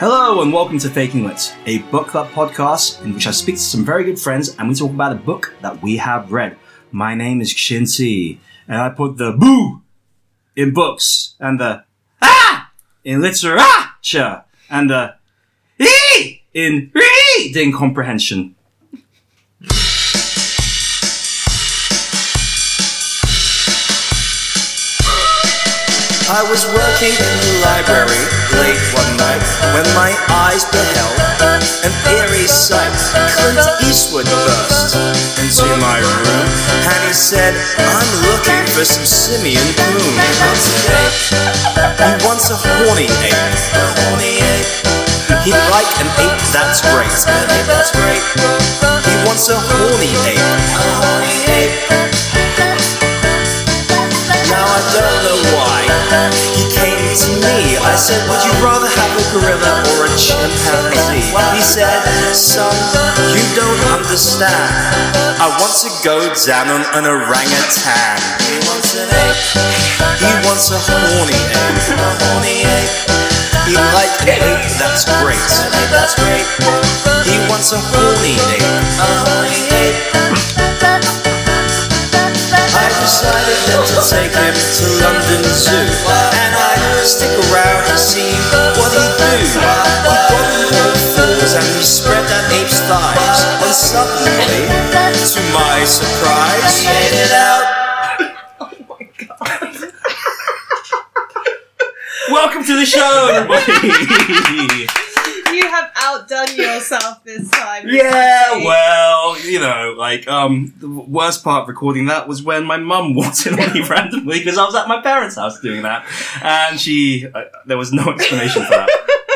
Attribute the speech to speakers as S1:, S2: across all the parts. S1: Hello and welcome to Faking Wits, a book club podcast in which I speak to some very good friends and we talk about a book that we have read. My name is Shinsi, and I put the boo in books and the ah in literature and the e in reading comprehension.
S2: I was working in the library late one night when my eyes beheld an eerie sight. Clint Eastwood burst into my room and he said, I'm looking for some simian gloom. He wants an ape. He wants a horny ape. A horny ape. He'd like an ape that's great. An ape that's great. He wants a horny ape. A horny ape. Now I don't know why he came to me. I said, Would you rather have a gorilla or a chimpanzee? He said, Son, you don't understand. I want to go down on an orangutan. He wants an ape. He wants a horny ape. A horny ape. He like an ape that's great. An ape that's great. He wants a horny ape. A horny ape. I decided then to take him to London Zoo And I'd stick around and see what he'd do He got the fours and he spread that ape's thighs And suddenly, to my surprise, he ate it out
S1: Welcome to the show, everybody.
S3: You have outdone yourself this time.
S1: Yeah,
S3: Lucy.
S1: well, you know, like, um, the w- worst part of recording that was when my mum walked in on me randomly because I was at my parents' house doing that, and she, uh, there was no explanation for that.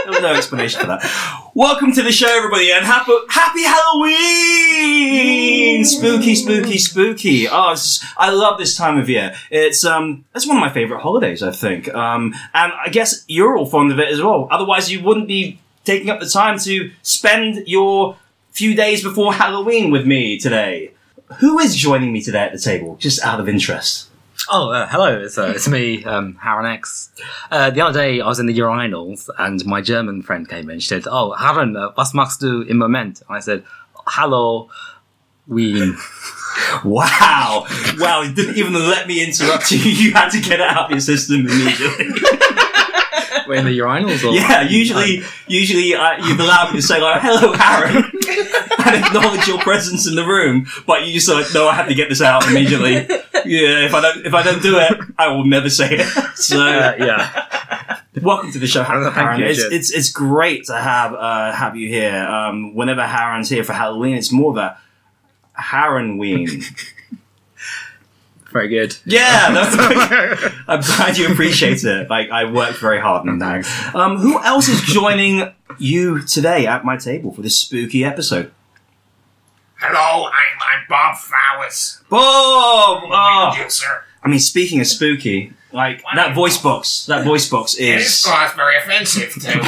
S1: There was no explanation for that. Welcome to the show, everybody, and happy, happy Halloween! Spooky, spooky, spooky. Oh, it's, I love this time of year. It's um, it's one of my favorite holidays, I think. Um, and I guess you're all fond of it as well. Otherwise, you wouldn't be taking up the time to spend your few days before Halloween with me today. Who is joining me today at the table? Just out of interest.
S4: Oh, uh, hello. It's, uh, it's me, um, Haran X. Uh, the other day, I was in the urinals, and my German friend came in. She said, "Oh, Haran, uh, was machst du im Moment?" And I said, "Hello, Wien."
S1: Wow! Wow! You didn't even let me interrupt you. You had to get it out of your system immediately.
S4: We're in the urinals, or
S1: Yeah, usually, usually uh, you'd allow me to say like, "Hello, Harry," and acknowledge your presence in the room. But you just like, "No, I have to get this out immediately." Yeah, if I don't, if I don't do it, I will never say it. So,
S4: Uh, yeah.
S1: welcome to the show, Har-
S4: Thank
S1: Haran.
S4: you,
S1: it's,
S4: Jed.
S1: it's it's great to have uh, have you here. Um, whenever Haran's here for Halloween, it's more of a Haranween.
S4: Very good.
S1: Yeah, that's, I'm glad you appreciate it. Like I worked very hard on that. Um, who else is joining you today at my table for this spooky episode?
S5: Hello, I'm, I'm Bob Flowers,
S1: Bob! Oh,
S5: producer.
S1: I mean, speaking of spooky, like that voice box. That voice box
S5: This
S1: is.
S5: was very offensive too.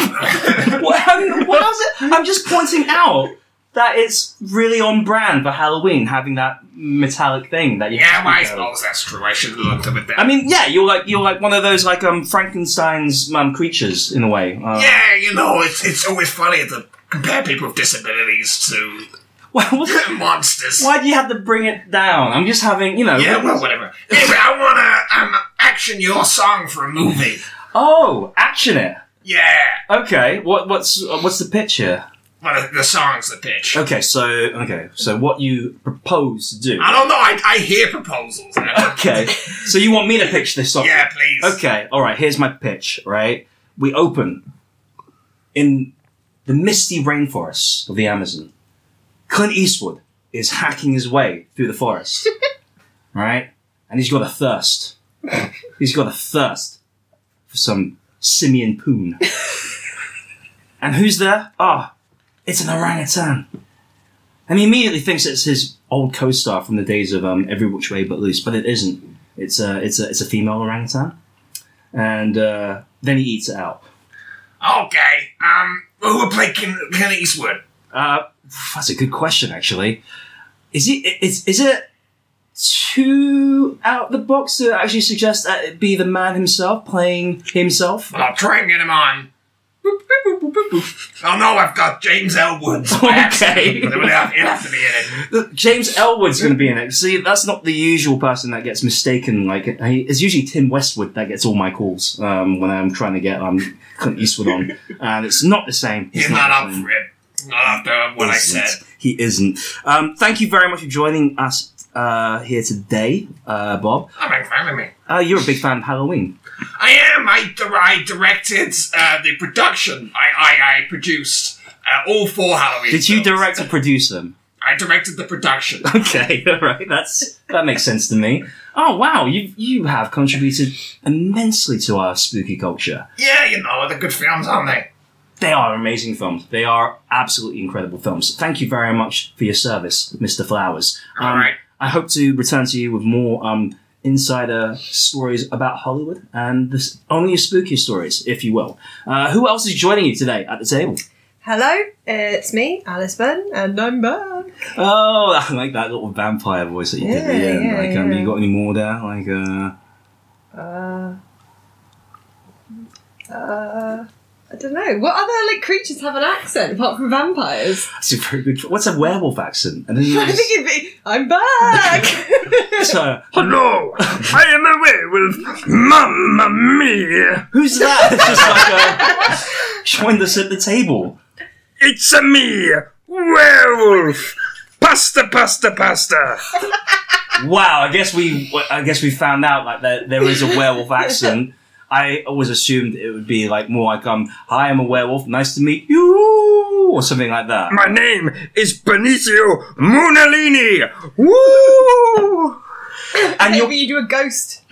S1: What, how, what was it? I'm just pointing out that it's really on brand for Halloween, having that metallic thing that you.
S5: yeah,
S1: have
S5: well, I
S1: to go.
S5: suppose that's true. I should have looked up at that.
S1: I mean, yeah, you're like you're like one of those like um Frankenstein's um creatures in a way. Uh,
S5: yeah, you know, it's it's always funny to compare people with disabilities to
S1: Well, what-
S5: monsters.
S1: Why do you have to bring it down? I'm just having, you know.
S5: Yeah, well, whatever. Anyway, I wanna um, action your song for a movie.
S1: Oh, action it.
S5: Yeah,
S1: Okay. What what's uh, what's the pitch here?
S5: but the song's the pitch.
S1: Okay, so okay, so what you propose to do?
S5: I don't know. I, I hear proposals.
S1: Okay. So you want me to pitch this song?
S5: Yeah, please.
S1: Okay. All right. Here's my pitch. Right. We open in the misty rainforests of the Amazon. Clint Eastwood is hacking his way through the forest. right, and he's got a thirst. He's got a thirst for some simian poon. and who's there? Ah, it's an orangutan. And he immediately thinks it's his old co-star from the days of um, Every Which Way But Loose, but it isn't. It's a it's a it's a female orangutan, and uh, then he eats it out.
S5: Okay. Um, who would play Clint Clint Eastwood?
S1: Uh, that's a good question, actually. Is he is is it too out the box to actually suggest that it be the man himself playing himself?
S5: Well, I'll try and get him on.
S6: Oh no, I've got James Elwood's
S1: Okay.
S6: It'll have, it'll have to be in it.
S1: Look, James Elwood's going to be in it. See, that's not the usual person that gets mistaken. Like I- it's usually Tim Westwood that gets all my calls um, when I'm trying to get um, Clint Eastwood on, and it's not the same. It's
S6: He's not
S1: the
S6: up
S1: same.
S6: for it. Not after what I
S1: isn't.
S6: said.
S1: He isn't. Um, thank you very much for joining us uh, here today, uh, Bob.
S6: I'm in front of me.
S1: Uh, you're a big fan of Halloween.
S6: I am. I, dir- I directed uh, the production. I I, I produced uh, all four Halloween.
S1: Did you
S6: films.
S1: direct or produce them?
S6: I directed the production.
S1: Okay, all right. That's that makes sense to me. Oh wow, you you have contributed immensely to our spooky culture.
S6: yeah, you know they're good films, aren't they?
S1: They are amazing films. They are absolutely incredible films. Thank you very much for your service, Mr. Flowers. Um,
S6: All right.
S1: I hope to return to you with more um, insider stories about Hollywood and the, s- only spooky stories, if you will. Uh, who else is joining you today at the table?
S7: Hello, it's me, Alice Byrne, and I'm back.
S1: Oh, I like that little vampire voice that you did at the
S7: Yeah,
S1: end.
S7: yeah,
S1: like, um,
S7: yeah.
S1: you got any more there? Like, uh,
S7: Uh, uh, I don't know. What other like creatures have an accent apart from vampires?
S1: that's a very good. What's a werewolf accent? And then you
S7: I think
S1: just,
S7: it'd be. I'm back.
S1: so,
S6: Hello, I am away with Mamma Mia.
S1: who's that? It's just like uh, joined us at the table.
S6: It's a me, werewolf. Pasta, pasta, pasta.
S1: Wow, I guess we, I guess we found out like that there is a werewolf accent. I always assumed it would be like more like um, "Hi, I'm a werewolf. Nice to meet you," or something like that.
S6: My name is Benicio Munalini. Woo!
S1: And
S7: Maybe
S1: you're,
S7: you do a ghost.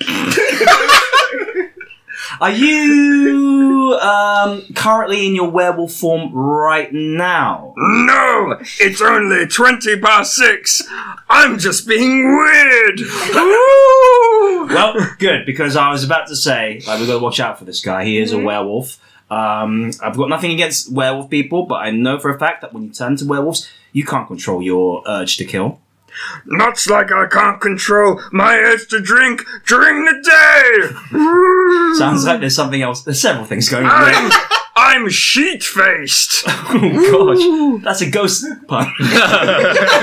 S1: are you um, currently in your werewolf form right now?
S6: No, it's only 20 past 6. I'm just being weird. Woo!
S1: Well, good because I was about to say like we got to watch out for this guy. He is a werewolf. Um, I've got nothing against werewolf people, but I know for a fact that when you turn to werewolves, you can't control your urge to kill.
S6: Not like I can't control my urge to drink during the day. Woo!
S1: Sounds like there's something else. There's several things going on. there.
S6: I'm, I'm sheet faced.
S1: Oh gosh, that's a ghost pun.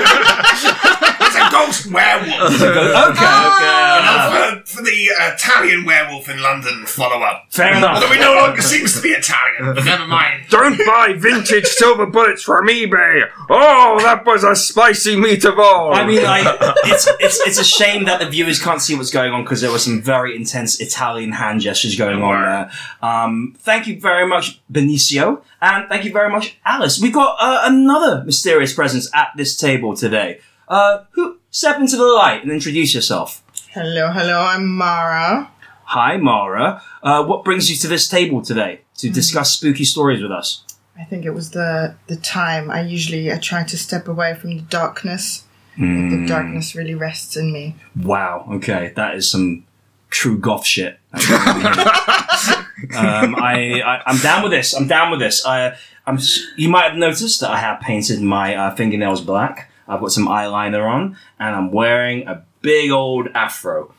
S8: It's a ghost werewolf.
S1: okay, okay.
S8: Uh, for, for the Italian werewolf in London follow up.
S1: Fair
S8: Although
S1: enough.
S8: he no longer seems to be Italian, but never mind.
S6: Don't buy vintage silver bullets from eBay. Oh, that was a spicy meatball.
S1: I mean, like, it's, it's it's a shame that the viewers can't see what's going on because there were some very intense Italian hand gestures going on there. Um, thank you very much, Benicio, and thank you very much, Alice. We got uh, another mysterious presence at this table today. Uh, who step into the light and introduce yourself?
S9: Hello, hello, I'm Mara.
S1: Hi, Mara. Uh, what brings you to this table today
S9: Mm.
S1: to discuss spooky stories with us?
S9: I think it was the the time I usually I try to step away from the darkness. but The darkness really rests in me.
S1: Wow. Okay, that is some true goth shit. um, I, I I'm down with this. I'm down with this. I I'm. s- You might have noticed that I have painted my uh, fingernails black. I've got some eyeliner on, and I'm wearing a big old afro.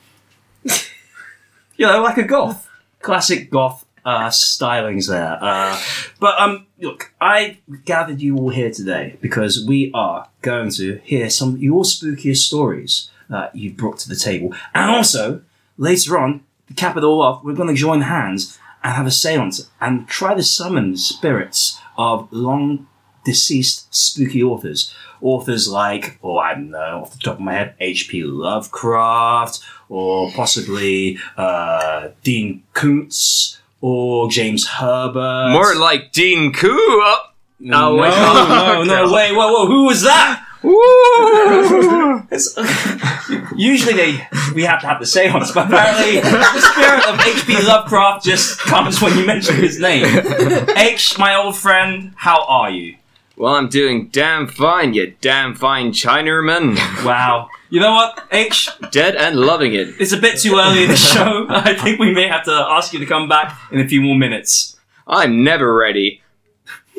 S1: you know, like a goth, classic goth uh, stylings there. Uh, but um, look, I gathered you all here today because we are going to hear some of your spookiest stories that you brought to the table, and also later on, to cap it all off, we're going to join hands and have a séance and try to summon spirits of long deceased spooky authors. Authors like, oh, I don't know, off the top of my head, H.P. Lovecraft, or possibly uh, Dean Koontz, or James Herbert.
S10: More like Dean Koo.
S4: Oh.
S10: up.
S1: no,
S10: wait.
S1: no, no, no, wait, whoa, whoa, who was that? It's- usually they, we have to have the seance, but apparently the spirit of H.P. Lovecraft just comes when you mention his name. H, my old friend, how are you?
S4: Well, I'm doing damn fine, you damn fine Chinaman.
S1: Wow. You know what, H?
S4: Dead and loving it.
S1: It's a bit too early in the show. I think we may have to ask you to come back in a few more minutes.
S4: I'm never ready.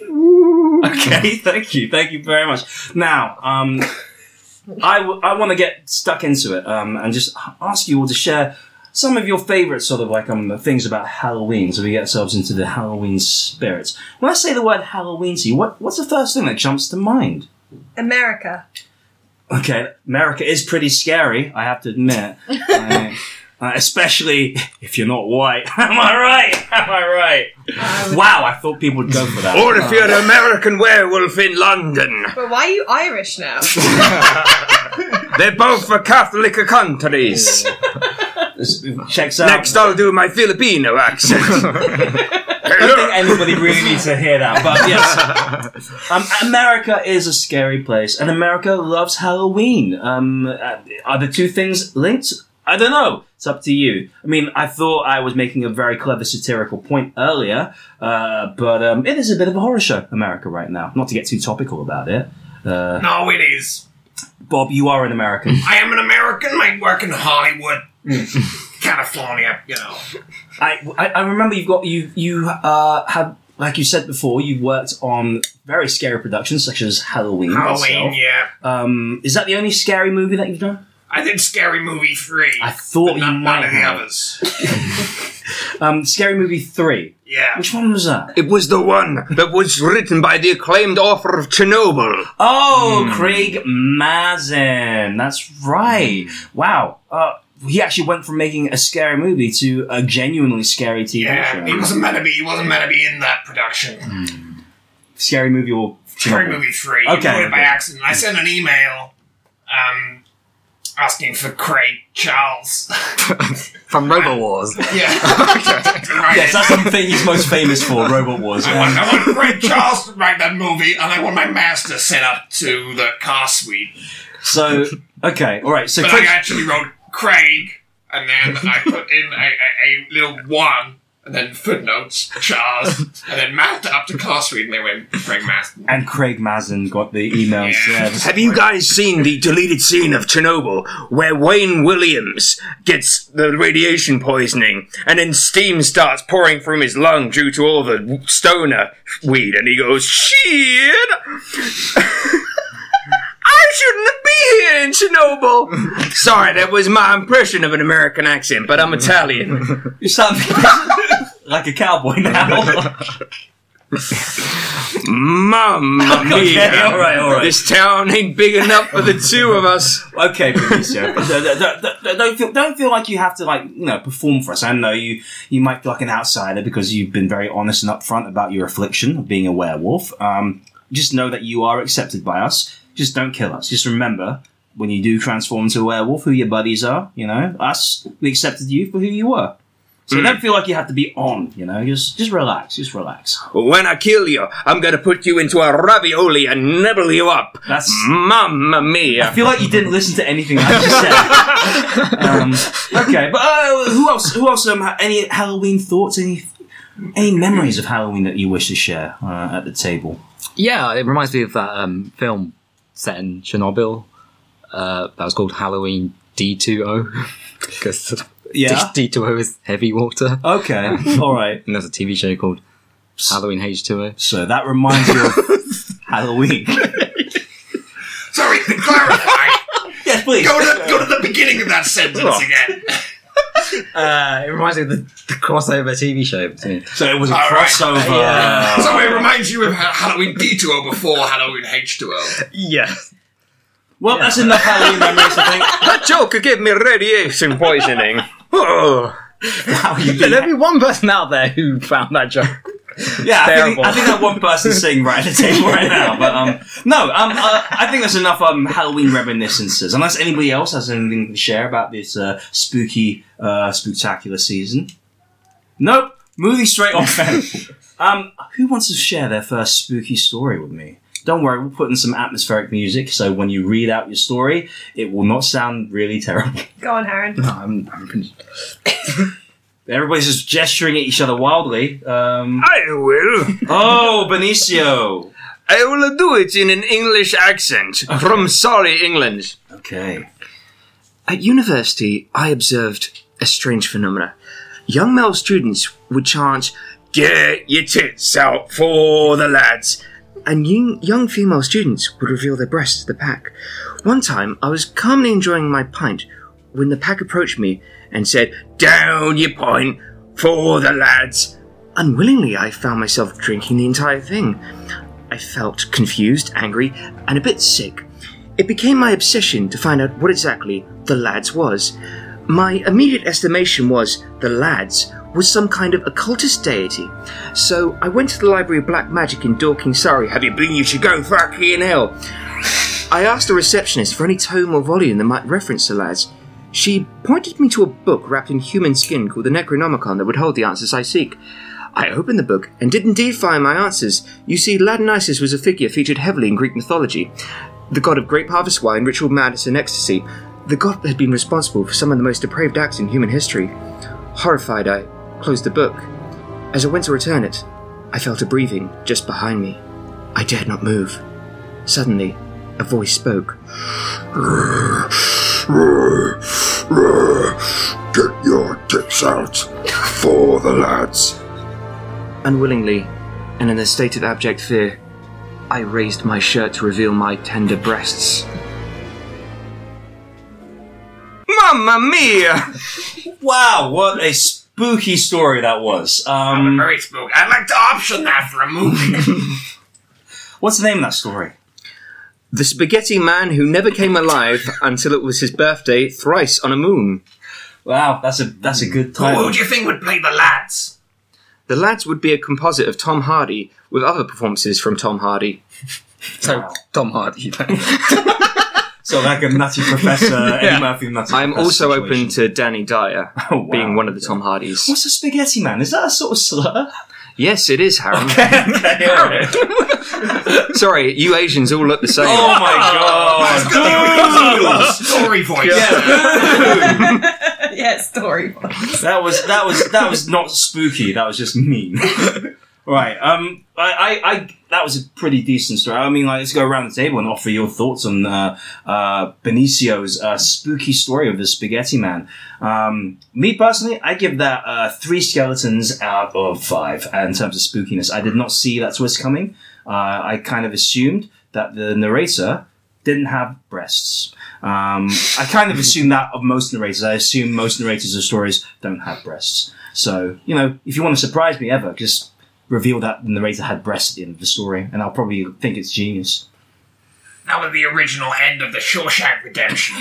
S1: Okay, thank you, thank you very much. Now, um, I, w- I want to get stuck into it um, and just ask you all to share some of your favourite sort of like um things about Halloween, so we get ourselves into the Halloween spirit. When I say the word Halloween to you, what, what's the first thing that jumps to mind?
S7: America.
S1: Okay, America is pretty scary, I have to admit. I- uh, especially if you're not white. Am I right? Am I right? Wow, I thought people would go for that.
S6: Or if you're an American werewolf in London.
S7: But why are you Irish now?
S6: They're both for Catholic countries.
S1: Checks out.
S6: Next, I'll do my Filipino accent.
S1: I don't think anybody really needs to hear that, but yes. Um, America is a scary place, and America loves Halloween. Um, uh, are the two things linked? I don't know. It's up to you. I mean, I thought I was making a very clever satirical point earlier, uh, but um, it is a bit of a horror show, America, right now. Not to get too topical about it.
S8: No, it is.
S1: Bob, you are an American.
S8: I am an American. I work in Hollywood,
S1: Mm.
S8: California. You know,
S1: I, I I remember you've got you you uh have like you said before you've worked on very scary productions such as Halloween. itself.
S8: Halloween. Yeah,
S1: Um, is that the only scary movie that you've done?
S8: I did Scary Movie three.
S1: I thought
S8: but not
S1: you
S8: one
S1: might
S8: of the
S1: have.
S8: others.
S1: Um, scary movie three.
S8: Yeah,
S1: Which one was that?
S6: it was the one that was written by the acclaimed author of Chernobyl.
S1: Oh, Craig Mazin. That's right. Wow. Uh, he actually went from making a scary movie to a genuinely scary TV
S8: yeah. He
S1: show.
S8: wasn't meant to be. He wasn't meant to be in that production.
S1: Scary movie or
S8: Scary
S1: Chernobyl?
S8: Movie three.
S1: Okay,
S8: You wrote it by
S1: okay.
S8: accident. I sent an email, um, asking for Craig Charles.
S4: From Robo Wars.
S8: yeah. Right.
S1: Yes, that's the thing he's most famous for. Robot Wars.
S8: I want, I want Craig Charles to write that movie, and I want my master sent up to the car suite.
S1: So okay, all right. So
S8: But
S1: Craig,
S8: I actually wrote Craig, and then I put in a, a, a little one, and then footnotes, Charles, and then mapped it up to car suite, and they went Craig Master.
S1: and Craig Mazin got the email
S8: Yeah.
S1: instead.
S6: Have you guys seen the deleted scene of Chernobyl where Wayne Williams gets the radiation poisoning and then steam starts pouring from his lung due to all the stoner weed and he goes, Shit! I shouldn't be here in Chernobyl! Sorry, that was my impression of an American accent, but I'm Italian.
S1: You sound like a cowboy now.
S6: Mamma mia!
S1: Okay, all right, all right.
S6: This town ain't big enough for the two of us.
S1: okay, uh, Benicio. don't, don't- don't feel don't feel like you have to like you know perform for us. I know you you might feel like an outsider because you've been very honest and upfront about your affliction of being a werewolf. Um, just know that you are accepted by us. Just don't kill us. Just remember when you do transform into a werewolf, who your buddies are. You know, us. We accepted you for who you were. So don't feel like you have to be on. You know, just just relax. Just relax.
S6: When I kill you, I'm gonna put you into a ravioli and nibble you up.
S1: That's.
S6: Mamma
S1: I
S6: mia.
S1: feel like you didn't listen to anything I just said. um, okay, but uh, who else? Who else? Um, ha- any Halloween thoughts? Any any memories of Halloween that you wish to share uh, at the table?
S4: Yeah, it reminds me of that um, film set in Chernobyl uh, that was called Halloween D2O. Because
S1: Yeah.
S4: D2O is heavy water.
S1: Okay. All right.
S4: And there's a TV show called Halloween H2O.
S1: So that reminds you of Halloween.
S8: Sorry, to clarify,
S1: yes, please.
S8: go to, go to the beginning of that sentence again.
S4: Uh, it reminds me of the, the crossover TV show between.
S1: So it was a
S8: All right.
S1: crossover. Oh.
S4: Yeah.
S8: So it reminds you of Ha- Halloween D2O before Halloween oh. H2O.
S4: Yeah.
S1: Well, that's enough Halloween memories. I think.
S6: That joker gave me radiation poisoning. Oh.
S1: Wow, you've been-
S4: There'll be one person out there who found that joke.
S1: Yeah, I think,
S4: Terrible.
S1: I think that one person's sitting right at the table right now. But um, no, um, uh, I think that's enough um, Halloween reminiscences. Unless anybody else has anything to share about this uh, spooky, uh, spooktacular season. Nope. Moving straight on. then. um, who wants to share their first spooky story with me? Don't worry, we'll put in some atmospheric music, so when you read out your story, it will not sound really terrible.
S7: Go on, Aaron.
S4: I'm, I'm
S1: Everybody's just gesturing at each other wildly. Um,
S6: I will.
S1: oh, Benicio.
S6: I will do it in an English accent from Surrey, England.
S1: Okay.
S6: At university, I observed a strange phenomena. Young male students would chant, Get your tits out for the lads! And young, young female students would reveal their breasts to the pack. One time, I was calmly enjoying my pint when the pack approached me and said, Down your pint for the lads. Unwillingly, I found myself drinking the entire thing. I felt confused, angry, and a bit sick. It became my obsession to find out what exactly the lads was. My immediate estimation was the lads was some kind of occultist deity. So I went to the Library of Black Magic in Dorking, Surrey. Have you been? You should go fucking hell. I asked the receptionist for any tome or volume that might reference the lads. She pointed me to a book wrapped in human skin called the Necronomicon that would hold the answers I seek. I opened the book and did indeed find my answers. You see, Ladonisus was a figure featured heavily in Greek mythology, the god of grape harvest wine, ritual madness, and ecstasy. The god had been responsible for some of the most depraved acts in human history. Horrified, I closed the book. As I went to return it, I felt a breathing just behind me. I dared not move. Suddenly, a voice spoke.
S11: Get your dicks out for the lads.
S6: Unwillingly, and in a state of abject fear, I raised my shirt to reveal my tender breasts. Mamma mia!
S1: Wow, what a spooky story that was. Um,
S8: Very spook. I'd like to option that for a movie.
S1: what's the name of that story?
S6: The spaghetti man who never came alive until it was his birthday thrice on a moon.
S1: Wow, that's a that's a good
S8: Who
S1: title.
S8: do you think would play the lads?
S6: The lads would be a composite of Tom Hardy with other performances from Tom Hardy.
S12: So Tom Hardy.
S1: So like a nutty professor, Eddie Murphy nutty
S6: I am
S1: professor
S6: also open
S1: situation.
S6: to Danny Dyer
S1: Oh, wow.
S6: being one of the Tom Hardys.
S1: What's a spaghetti man? Is that a sort of slur?
S6: Yes, it is, Harry.
S1: oh
S6: Sorry, you Asians all look the same.
S1: Oh. my god!
S8: Story voice.
S7: yeah, story.
S1: that was that was that was not spooky. That was just mean. right. Um. I, I, I. That was a pretty decent story. I mean, like, let's go around the table and offer your thoughts on uh, uh, Benicio's uh, spooky story of the Spaghetti Man. Um, me personally, I give that uh, three skeletons out of five uh, in terms of spookiness. I did not see that twist coming. Uh, I kind of assumed that the narrator didn't have breasts. Um, I kind of assume that of most narrators. I assume most narrators of stories don't have breasts. So, you know, if you want to surprise me ever, just reveal that the narrator had breasts at the end of the story, and I'll probably think it's genius.
S8: That was the original end of the Shawshank Redemption.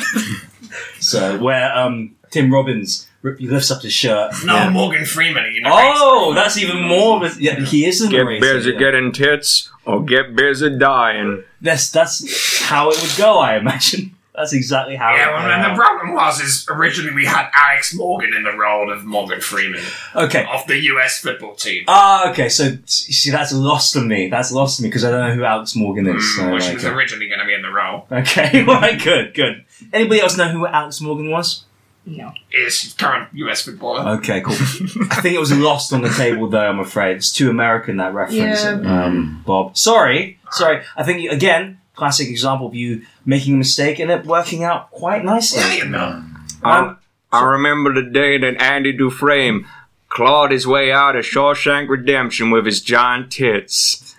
S1: So, where um, Tim Robbins rip- he lifts up his shirt.
S8: No Morgan Freeman, you know.
S1: Oh, that's even more. Of a, yeah, he is the
S4: Get
S1: narrator.
S4: busy
S1: yeah.
S4: getting tits or get busy dying.
S1: That's that's how it would go, I imagine. That's exactly how.
S8: Yeah,
S1: it
S8: well,
S1: would
S8: and the
S1: go.
S8: problem was is originally we had Alex Morgan in the role of Morgan Freeman
S1: okay.
S8: of the U.S. football team,
S1: Ah, okay. So t- see, that's lost on me. That's lost on me because I don't know who Alex Morgan is. so,
S8: Mm, which
S1: like,
S8: was
S1: uh,
S8: originally going to be in the role.
S1: Okay, right, good, good. Anybody else know who Alex Morgan was?
S9: No.
S8: Is current U.S. footballer.
S1: Okay, cool. I think it was lost on the table, though, I'm afraid. It's too American, that reference,
S9: Yeah.
S1: um, Bob. Sorry, sorry. I think, you- again, classic example of you making a mistake and it working out quite nicely.
S8: yeah, you know.
S1: Um,
S4: I remember the day that Andy Dufresne clawed his way out of Shawshank Redemption with his giant tits.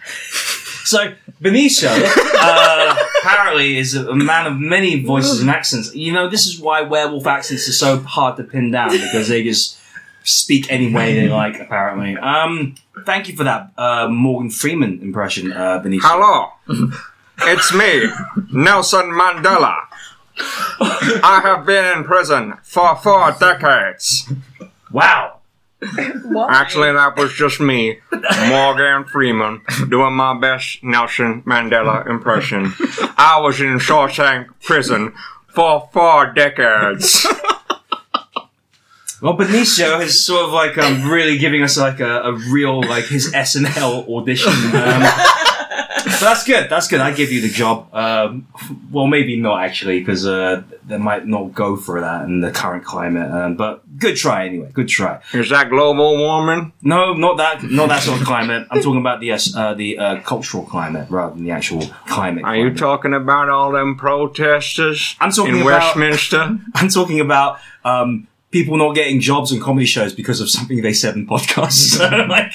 S1: so, Benicio uh, apparently is a a man of many voices and accents. You know, this is why werewolf accents are so hard to pin down because they just speak any way they like, apparently. Um, thank you for that uh, Morgan Freeman impression, uh, Benicio.
S4: Hello, it's me, Nelson Mandela. I have been in prison for four decades.
S1: Wow.
S7: What?
S4: Actually, that was just me, Morgan Freeman, doing my best Nelson Mandela impression. I was in Shawshank prison for four decades.
S1: Well, Benicio is sort of like um, really giving us like a, a real like his SNL audition. Um, so that's good. That's good. I give you the job. Um, well, maybe not actually because uh, they might not go for that in the current climate. Um, but good try anyway. Good try.
S4: Is that global warming?
S1: No, not that. Not that sort of climate. I'm talking about the yes, uh, the uh, cultural climate rather than the actual climate.
S4: Are you
S1: climate.
S4: talking about all them protesters
S1: I'm talking
S4: in
S1: about-
S4: Westminster?
S1: I'm talking about um, people not getting jobs and comedy shows because of something they said in podcasts. So,
S8: Mm-hmm.
S1: like,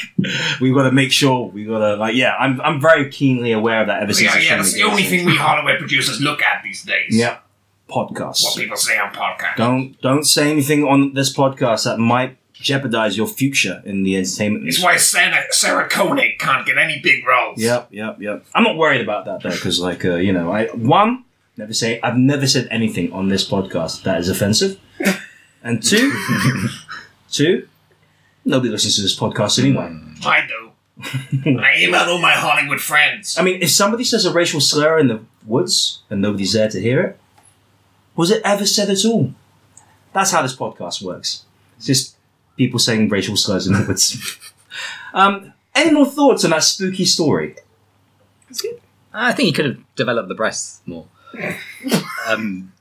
S1: we got to make sure we got to like, yeah, I'm I'm very keenly aware of that ever since.
S8: Yeah,
S1: show
S8: yeah, that's the
S1: began.
S8: only thing we Holloway producers look at these days.
S1: Yeah, podcast.
S8: What people say on podcasts.
S1: Don't don't say anything on this podcast that might jeopardize your future in the entertainment
S8: It's
S1: industry.
S8: why Sarah, Sarah Koenig can't get any big roles.
S1: Yep, yep, yep. I'm not worried about that though, because like uh, you know, I one never say I've never said anything on this podcast that is offensive, and two, two, nobody listens to this podcast anyway.
S8: I do. I email all my Hollywood friends.
S1: I mean, if somebody says a racial slur in the woods and nobody's there to hear it, was it ever said at all? That's how this podcast works. It's just people saying racial slurs in the woods. um, any more thoughts on that spooky story?
S4: I think he could have developed the breasts more. um,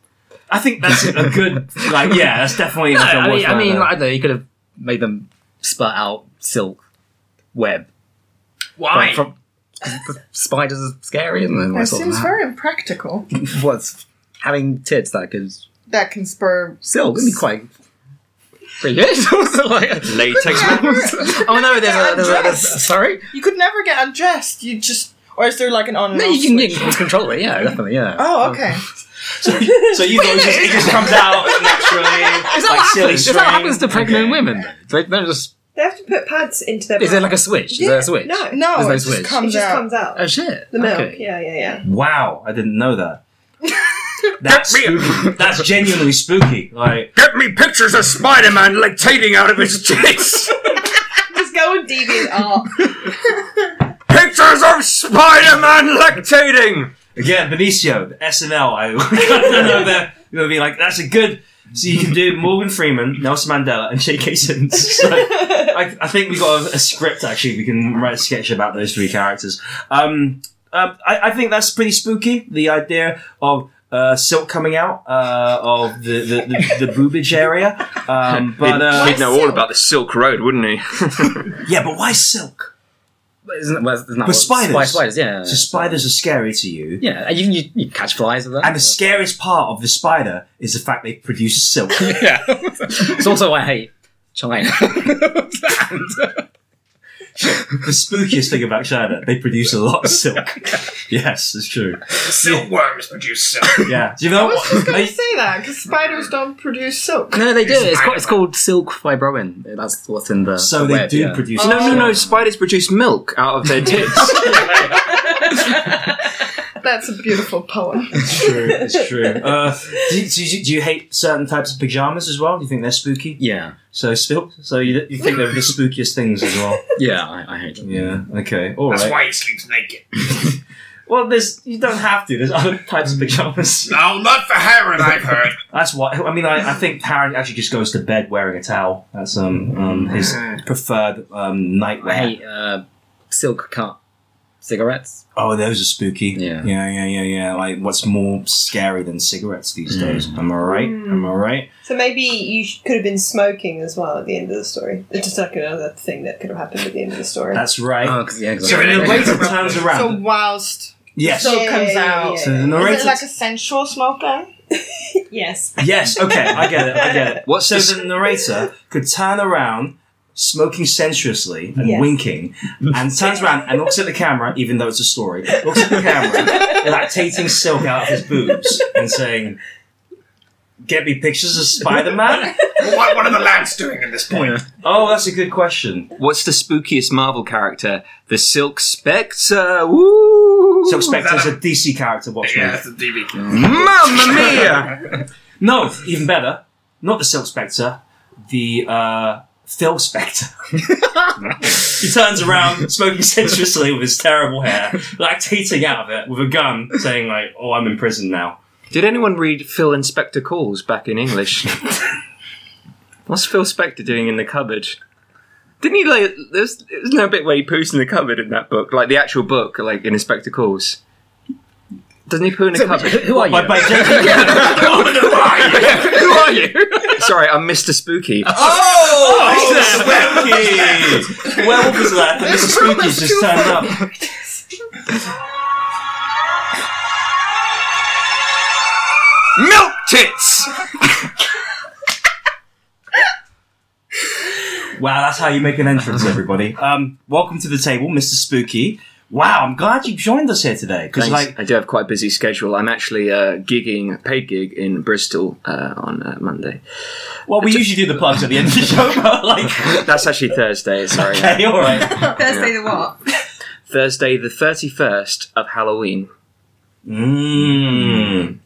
S1: I think that's a good, like, yeah, that's definitely. like a
S4: I mean, I
S1: worthwhile-
S4: mean, like, I don't know, he could have made them spurt out silk web.
S8: Why?
S4: From, from, spiders are scary, and then
S9: That seems very impractical.
S4: what's having tits that could
S9: That can spur.
S4: silk would be quite pretty good. So, like-
S5: Latex.
S4: oh no, there's a, there's a, there's a sorry.
S9: You could never get undressed. You just, or is there like an on and
S4: No,
S9: off
S4: you can, you
S9: switch?
S4: can control it. Yeah, definitely. Yeah.
S9: Oh, okay.
S1: so you thought it just, it just comes out naturally,
S4: Is that,
S1: like
S4: what
S1: silly
S4: happens? Is that
S1: string?
S4: what happens to pregnant
S1: Okay.
S4: women? They, they're just,
S3: They have to put pads into their.
S4: is there
S3: bra.
S4: like a switch? Is there a switch?
S3: No,
S9: No,
S4: There's no
S9: it just
S4: switch.
S3: it
S9: comes
S3: just
S9: out.
S3: comes out.
S4: Oh shit.
S3: the milk.
S4: Okay.
S3: Yeah, yeah, yeah.
S1: Wow, I didn't know that. That's spooky. That's genuinely spooky. Like,
S5: Get me pictures of Spider-Man lactating out of his tits.
S3: Just go on deviant art.
S5: pictures of Spider-Man lactating.
S1: again, Benicio, the SNL. I, I don't know that you're gonna be like, that's a good. So you can do Morgan Freeman, Nelson Mandela, and J.K. Simmons. So, I, I think we got a, a script actually. We can write a sketch about those three characters. Um, um, I, I think that's pretty spooky. The idea of uh, silk coming out uh, of the the, the, the boobage area. Um, but uh,
S5: he'd know all about the Silk Road, wouldn't he?
S1: yeah, but why silk?
S4: But Isn't that, well, isn't that
S1: With
S4: what-
S1: spiders.
S4: Spy, spiders, yeah.
S1: So spiders are scary to you.
S4: yeah, and you, you, you catch flies with that.
S1: And the scariest part of the spider is the fact they produce silk.
S4: yeah. it's also why I hate China. And-
S1: the spookiest thing about China, they produce a lot of silk. Yes, it's true.
S8: Silkworms produce silk.
S1: Yeah. Do you
S9: I
S1: know
S9: was just
S1: what?
S9: going
S1: I,
S9: to say that because spiders don't produce silk.
S4: no, they do. It's,
S8: Spider-Man.
S4: called, it's called silk fibroin. That's what's in the.
S1: so
S4: the
S1: they
S4: web,
S1: do
S4: yeah.
S1: produce
S5: no, no,
S1: silk.
S5: no. Spiders produce milk out of their tits.
S9: That's a beautiful poem.
S1: It's true. It's true. Uh, do, you- do, you- do you hate certain types of pajamas as well? Do you think they're spooky?
S4: Yeah,
S1: So silk. So you, you think they're the spookiest things as well?
S4: yeah, I, I hate them.
S1: Yeah. Okay. All
S8: That's
S1: right.
S8: why he sleeps naked.
S1: Well, there's you don't have to. There's other types of pajamas.
S8: No, not for Heron, I've heard.
S1: That's why. I mean, I, I think Harry actually just goes to bed wearing a towel. That's um, um his preferred um
S4: I
S1: nightwear.
S4: hate uh, silk cut cigarettes.
S1: Oh, those are spooky.
S4: Yeah.
S1: yeah, yeah, yeah, yeah. Like, what's more scary than cigarettes
S4: Hmm.
S1: these days? Am I right?
S9: Hmm.
S1: Am I right?
S3: So maybe you sh- could have been smoking as well at the end of the story. It's just like another thing that could have happened at the end of the story.
S1: That's right.
S4: Oh, 'cause- yeah, 'cause
S1: so
S4: I-
S1: the narrator
S4: yeah.
S1: turns
S9: So
S1: around.
S9: whilst
S1: yes.
S9: silk comes out,
S1: So the
S9: is
S1: narrator.
S9: it like a sensual smoker?
S3: yes.
S1: yes. Okay, I get it. I get it. What? So the narrator could turn around. Smoking sensuously and
S3: Yes.
S1: winking, and turns around and looks at the camera, even though it's a story. Looks at the camera, lactating silk out of his boobs, and saying, "Get me pictures of Spider Man."
S8: Well, what, what are the lads doing at this point?
S1: Oh, that's a good question.
S5: What's the spookiest Marvel character? The Silk Spectre. Woo!
S1: Silk Spectre's
S8: that-
S1: a DC character, Watchmen.
S8: Yeah, it's a DB.
S4: Mm.
S5: Mamma mia!
S1: No, even better. Not the Silk Spectre, the uh, Phil Spectre. he turns around, smoking sensuously with his terrible hair, lactating out of it with a gun, saying like, "Oh, I'm in prison now."
S5: Did anyone read Phil Inspector Calls back in English? What's Phil Spector doing in the cupboard? Didn't he like? There's, there's no bit where he poos in the cupboard in that book, like the actual book, like in Inspector Calls. Doesn't he poo in the
S4: Who
S5: cupboard?
S4: who are you?
S1: By, by J.K.
S5: Who are you? Sorry, I'm Mr. Spooky.
S8: Oh!
S1: Spooky. Werewolf is left, and Mr. Spooky's just turned up.
S5: Milk tits.
S1: Wow, that's how you make an entrance, everybody. Um, welcome to the table, Mr. Spooky. Wow, I'm glad you joined us here today because
S6: Thanks.
S1: like
S6: I do have quite a busy schedule. I'm actually uh, gigging, a paid gig in Bristol uh, on uh, Monday.
S1: Well, we usually do the plugs at the end of the show, but like,
S6: That's actually Thursday, sorry.
S1: okay, all right.
S3: Thursday the what?
S6: Thursday, the 31st of Halloween.
S1: Mm.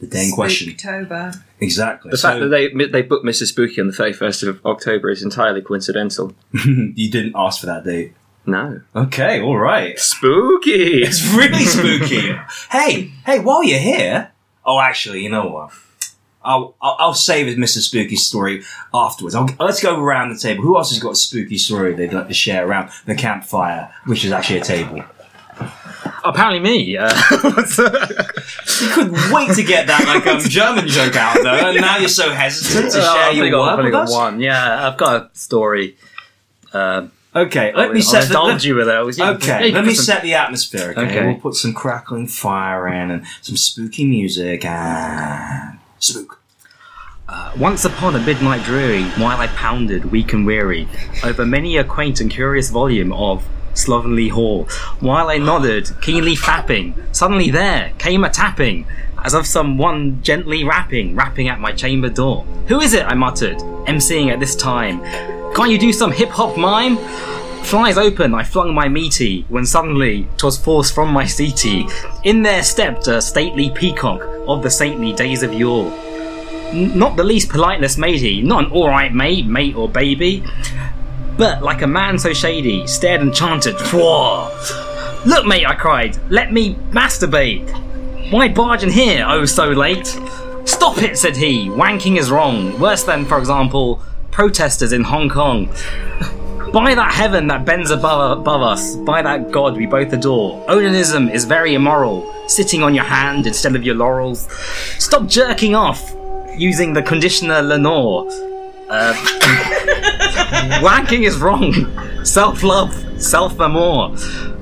S1: The dang question.
S3: October.
S1: Exactly.
S6: The
S1: So,
S6: fact that they they booked Mr. Spooky on the 31st of October is entirely coincidental.
S1: you didn't ask for that date.
S6: No.
S1: Okay, all right.
S6: Spooky!
S1: It's really spooky. hey, hey, while you're here. Oh, actually, you know what? I'll, I'll, I'll save his Mr. Spooky story afterwards. I'll, let's go around the table. Who else has got a spooky story they'd like to share around the campfire, which is actually a table?
S4: Apparently, me. Uh,
S1: Couldn't wait to get that like um, German joke out though, and now you're so hesitant to share
S4: Oh, I've only
S1: your
S4: got- I've
S1: work
S4: only
S1: with
S4: got
S1: us.
S4: one. Yeah, I've got a story. Uh,
S1: Okay, let
S4: I'll,
S1: me set
S4: I'll
S1: the,
S4: indulge you with it. I was-
S1: Okay,
S4: yeah,
S1: let me
S4: some-
S1: set the atmosphere. Okay?
S4: Okay.
S1: we'll put some crackling fire in and some spooky music and spook.
S4: Once upon a midnight dreary, while I pounded, weak and weary, over many a quaint and curious volume of Slovenly Hall, while I nodded, keenly fapping, suddenly there came a tapping, as of some one gently rapping, rapping at my chamber door. Who is it? I muttered, emceeing at this time. Can't you do some hip hop mime? Flies open, I flung my meaty, when suddenly 'twas forced from my seaty. In there stepped a stately peacock of the saintly days of yore not the least politeness matey, not an alright mate, mate or baby, but like a man so shady, stared and chanted, Pwah! Look, mate, I cried, let me masturbate. Why barge in here, oh so late? Stop it, said he, wanking is wrong, worse than, for example, protesters in Hong Kong. By that heaven that bends above, above us, by that God we both adore, onanism is very immoral, sitting on your hand instead of your laurels. Stop jerking off, using the conditioner Lenore. Uh, wanking is wrong. Self love, self amour.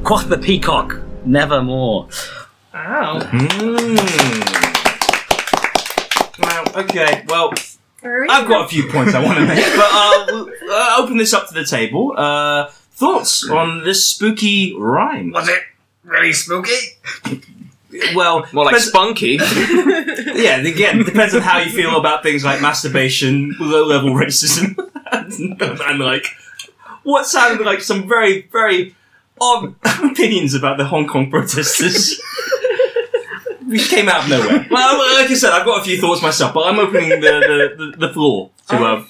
S4: Quoth the peacock, nevermore.
S3: Wow.
S1: Hmm. Well, okay, well,
S3: Very
S1: I've got a few points I want to make, but uh, we'll uh, open this up to the table. Uh, thoughts on this spooky rhyme?
S8: Was it really spooky?
S1: Well,
S6: More like
S1: depends-
S6: spunky.
S1: yeah, again, depends on how you feel about things like masturbation, low level racism, and, like what sounded like some very, very odd opinions about the Hong Kong protesters. Which came out of nowhere. Well, like I said, I've got a few thoughts myself, but I'm opening the, the, the, the floor to. Uh,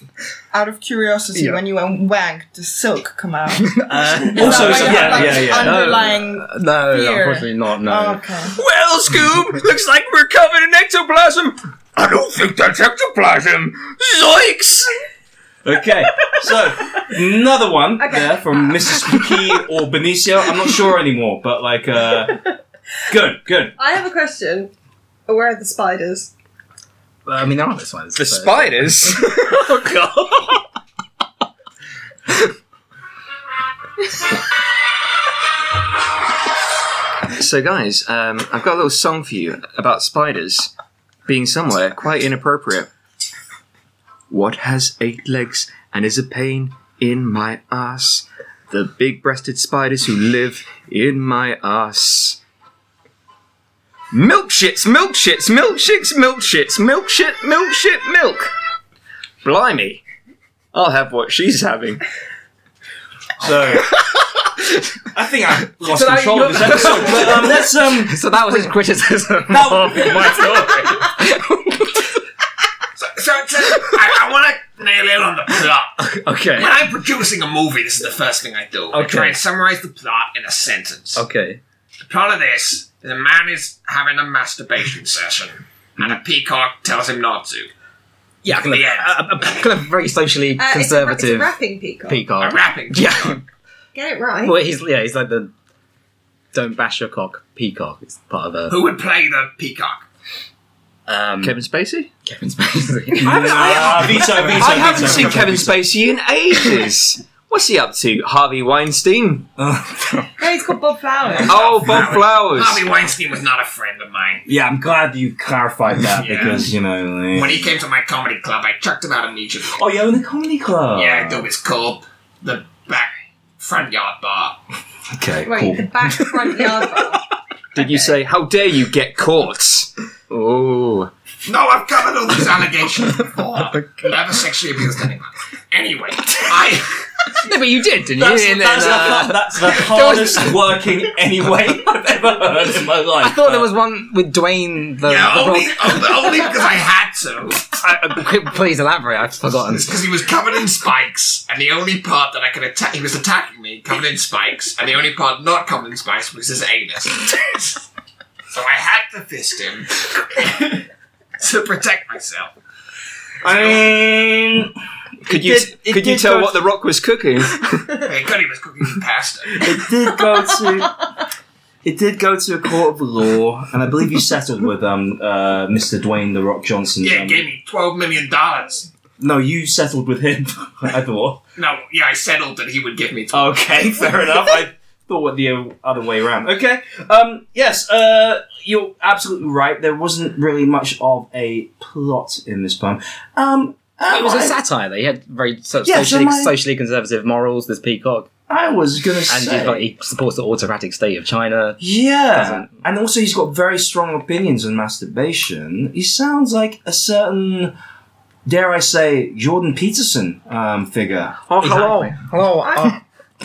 S9: Out of curiosity, when you went wank, does silk come out? Is
S4: Uh,
S9: that
S4: Oh,
S1: also,
S9: why you
S1: yeah,
S9: have, like,
S1: yeah, yeah.
S9: Underlying.
S4: No,
S9: Here.
S4: unfortunately not. No.
S9: Oh, okay.
S5: Well, Scoob, looks like we're covered in ectoplasm. I don't think that's ectoplasm. Zoinks!
S1: uh, Okay, so another one
S3: Okay.
S1: there from Mrs. Spooky or Benicio. I'm not sure anymore, but like, uh, good, good.
S3: I have a question. Where are the spiders?
S4: But, I mean, there are this ones.
S5: The
S4: so-
S5: spiders?
S4: Oh,
S6: so, guys, um, I've got a little song for you about spiders being somewhere quite inappropriate. What has eight legs and is a pain in my ass? The big breasted spiders who live in my ass. Milkshits, milkshits, milkshits, milkshits, milkshit, milkshit, milk. Blimey. I'll have what she's having.
S1: So, I think I have lost
S6: So now
S1: control of
S6: you-
S1: this episode. But, um, let's um,
S4: So that was his criticism.
S1: That-
S4: of Oh, my story.
S8: So, so, so I, I want to nail in on the plot.
S4: Okay.
S8: When I'm producing a movie, this is the first thing I do. I try and summarize the plot in a sentence.
S4: Okay.
S8: The plot of this is a man is having a masturbation session, and a peacock tells him not to.
S4: Yeah, kind of,
S8: Yeah.
S4: a- a- a kind of very socially
S3: Uh, it's a ra- It's a,
S4: conservative
S3: rapping peacock.
S8: A
S4: peacock.
S8: rapping
S4: Oh. Yeah.
S8: peacock.
S3: Get it right.
S4: Well, he's yeah, he's like the don't bash your cock peacock. It's part of a
S8: Who would play the peacock?
S4: um,
S6: Kevin Spacey?
S4: Kevin Spacey.
S1: uh, veto, veto,
S6: I haven't
S1: veto,
S6: seen
S1: veto,
S6: Kevin
S1: veto.
S6: Spacey in ages. What's he up to? Harvey Weinstein?
S3: No, he's called Bob Flowers.
S6: Oh, Bob Flowers.
S8: Harvey Weinstein was not a friend of mine.
S1: Yeah, I'm glad you clarified that
S8: Yeah.
S1: because you know.
S8: When he came to my comedy club, I chucked him out immediately.
S1: oh, you own a comedy club.
S8: Yeah, I do. It's called the back front yard bar.
S1: Okay,
S9: Wait,
S1: cool.
S9: the back front yard roll.
S6: Did you say, how dare you get caught? Oh.
S8: No, I've covered all these allegations before. Never sexually abused anyone. Anyway, I
S6: No, but you did, didn't
S1: That's,
S6: you? And then,
S1: that's,
S6: uh,
S1: the, that's the hardest working anyway I've ever heard in my life.
S4: I thought there was one with Dwayne. The,
S8: yeah,
S4: the
S8: only,
S4: Rock.
S8: only because I had to.
S4: I- I- please elaborate. I've forgotten.
S8: Because he was covered in spikes, and the only part that I could attack, he was attacking me, covered in spikes, and the only part not covered in spikes was his anus. so I had to fist him to protect myself.
S1: I mean,
S6: could you,
S1: did- it
S6: could you
S1: did
S6: tell
S1: go-
S6: what The Rock was cooking?
S8: Thank God he was cooking pasta.
S1: it did go to it did go to a court of law, and I believe you settled with um uh, Mr. Dwayne the Rock Johnson.
S8: Yeah,
S1: um,
S8: he gave me twelve million dollars.
S1: no, you settled with him. I thought.
S8: No, yeah, I settled that he would give me. 12
S1: Okay, fair enough. I thought the other way around. Okay. Um, yes, uh, you're absolutely right. There wasn't really much of a plot in this poem. Um,
S4: It was
S1: I,
S4: a satire. They had very so,
S1: Yeah, so
S4: socially,
S1: my-
S4: socially conservative morals. This peacock,
S1: I was gonna
S4: and
S1: say.
S4: he's like, he supports the autocratic state of China.
S1: Yeah,
S4: Doesn't-
S1: and also he's got very strong opinions on masturbation. He sounds like a certain, dare I say, Jordan Peterson um, figure.
S6: Oh, hello. Hello. uh, hello,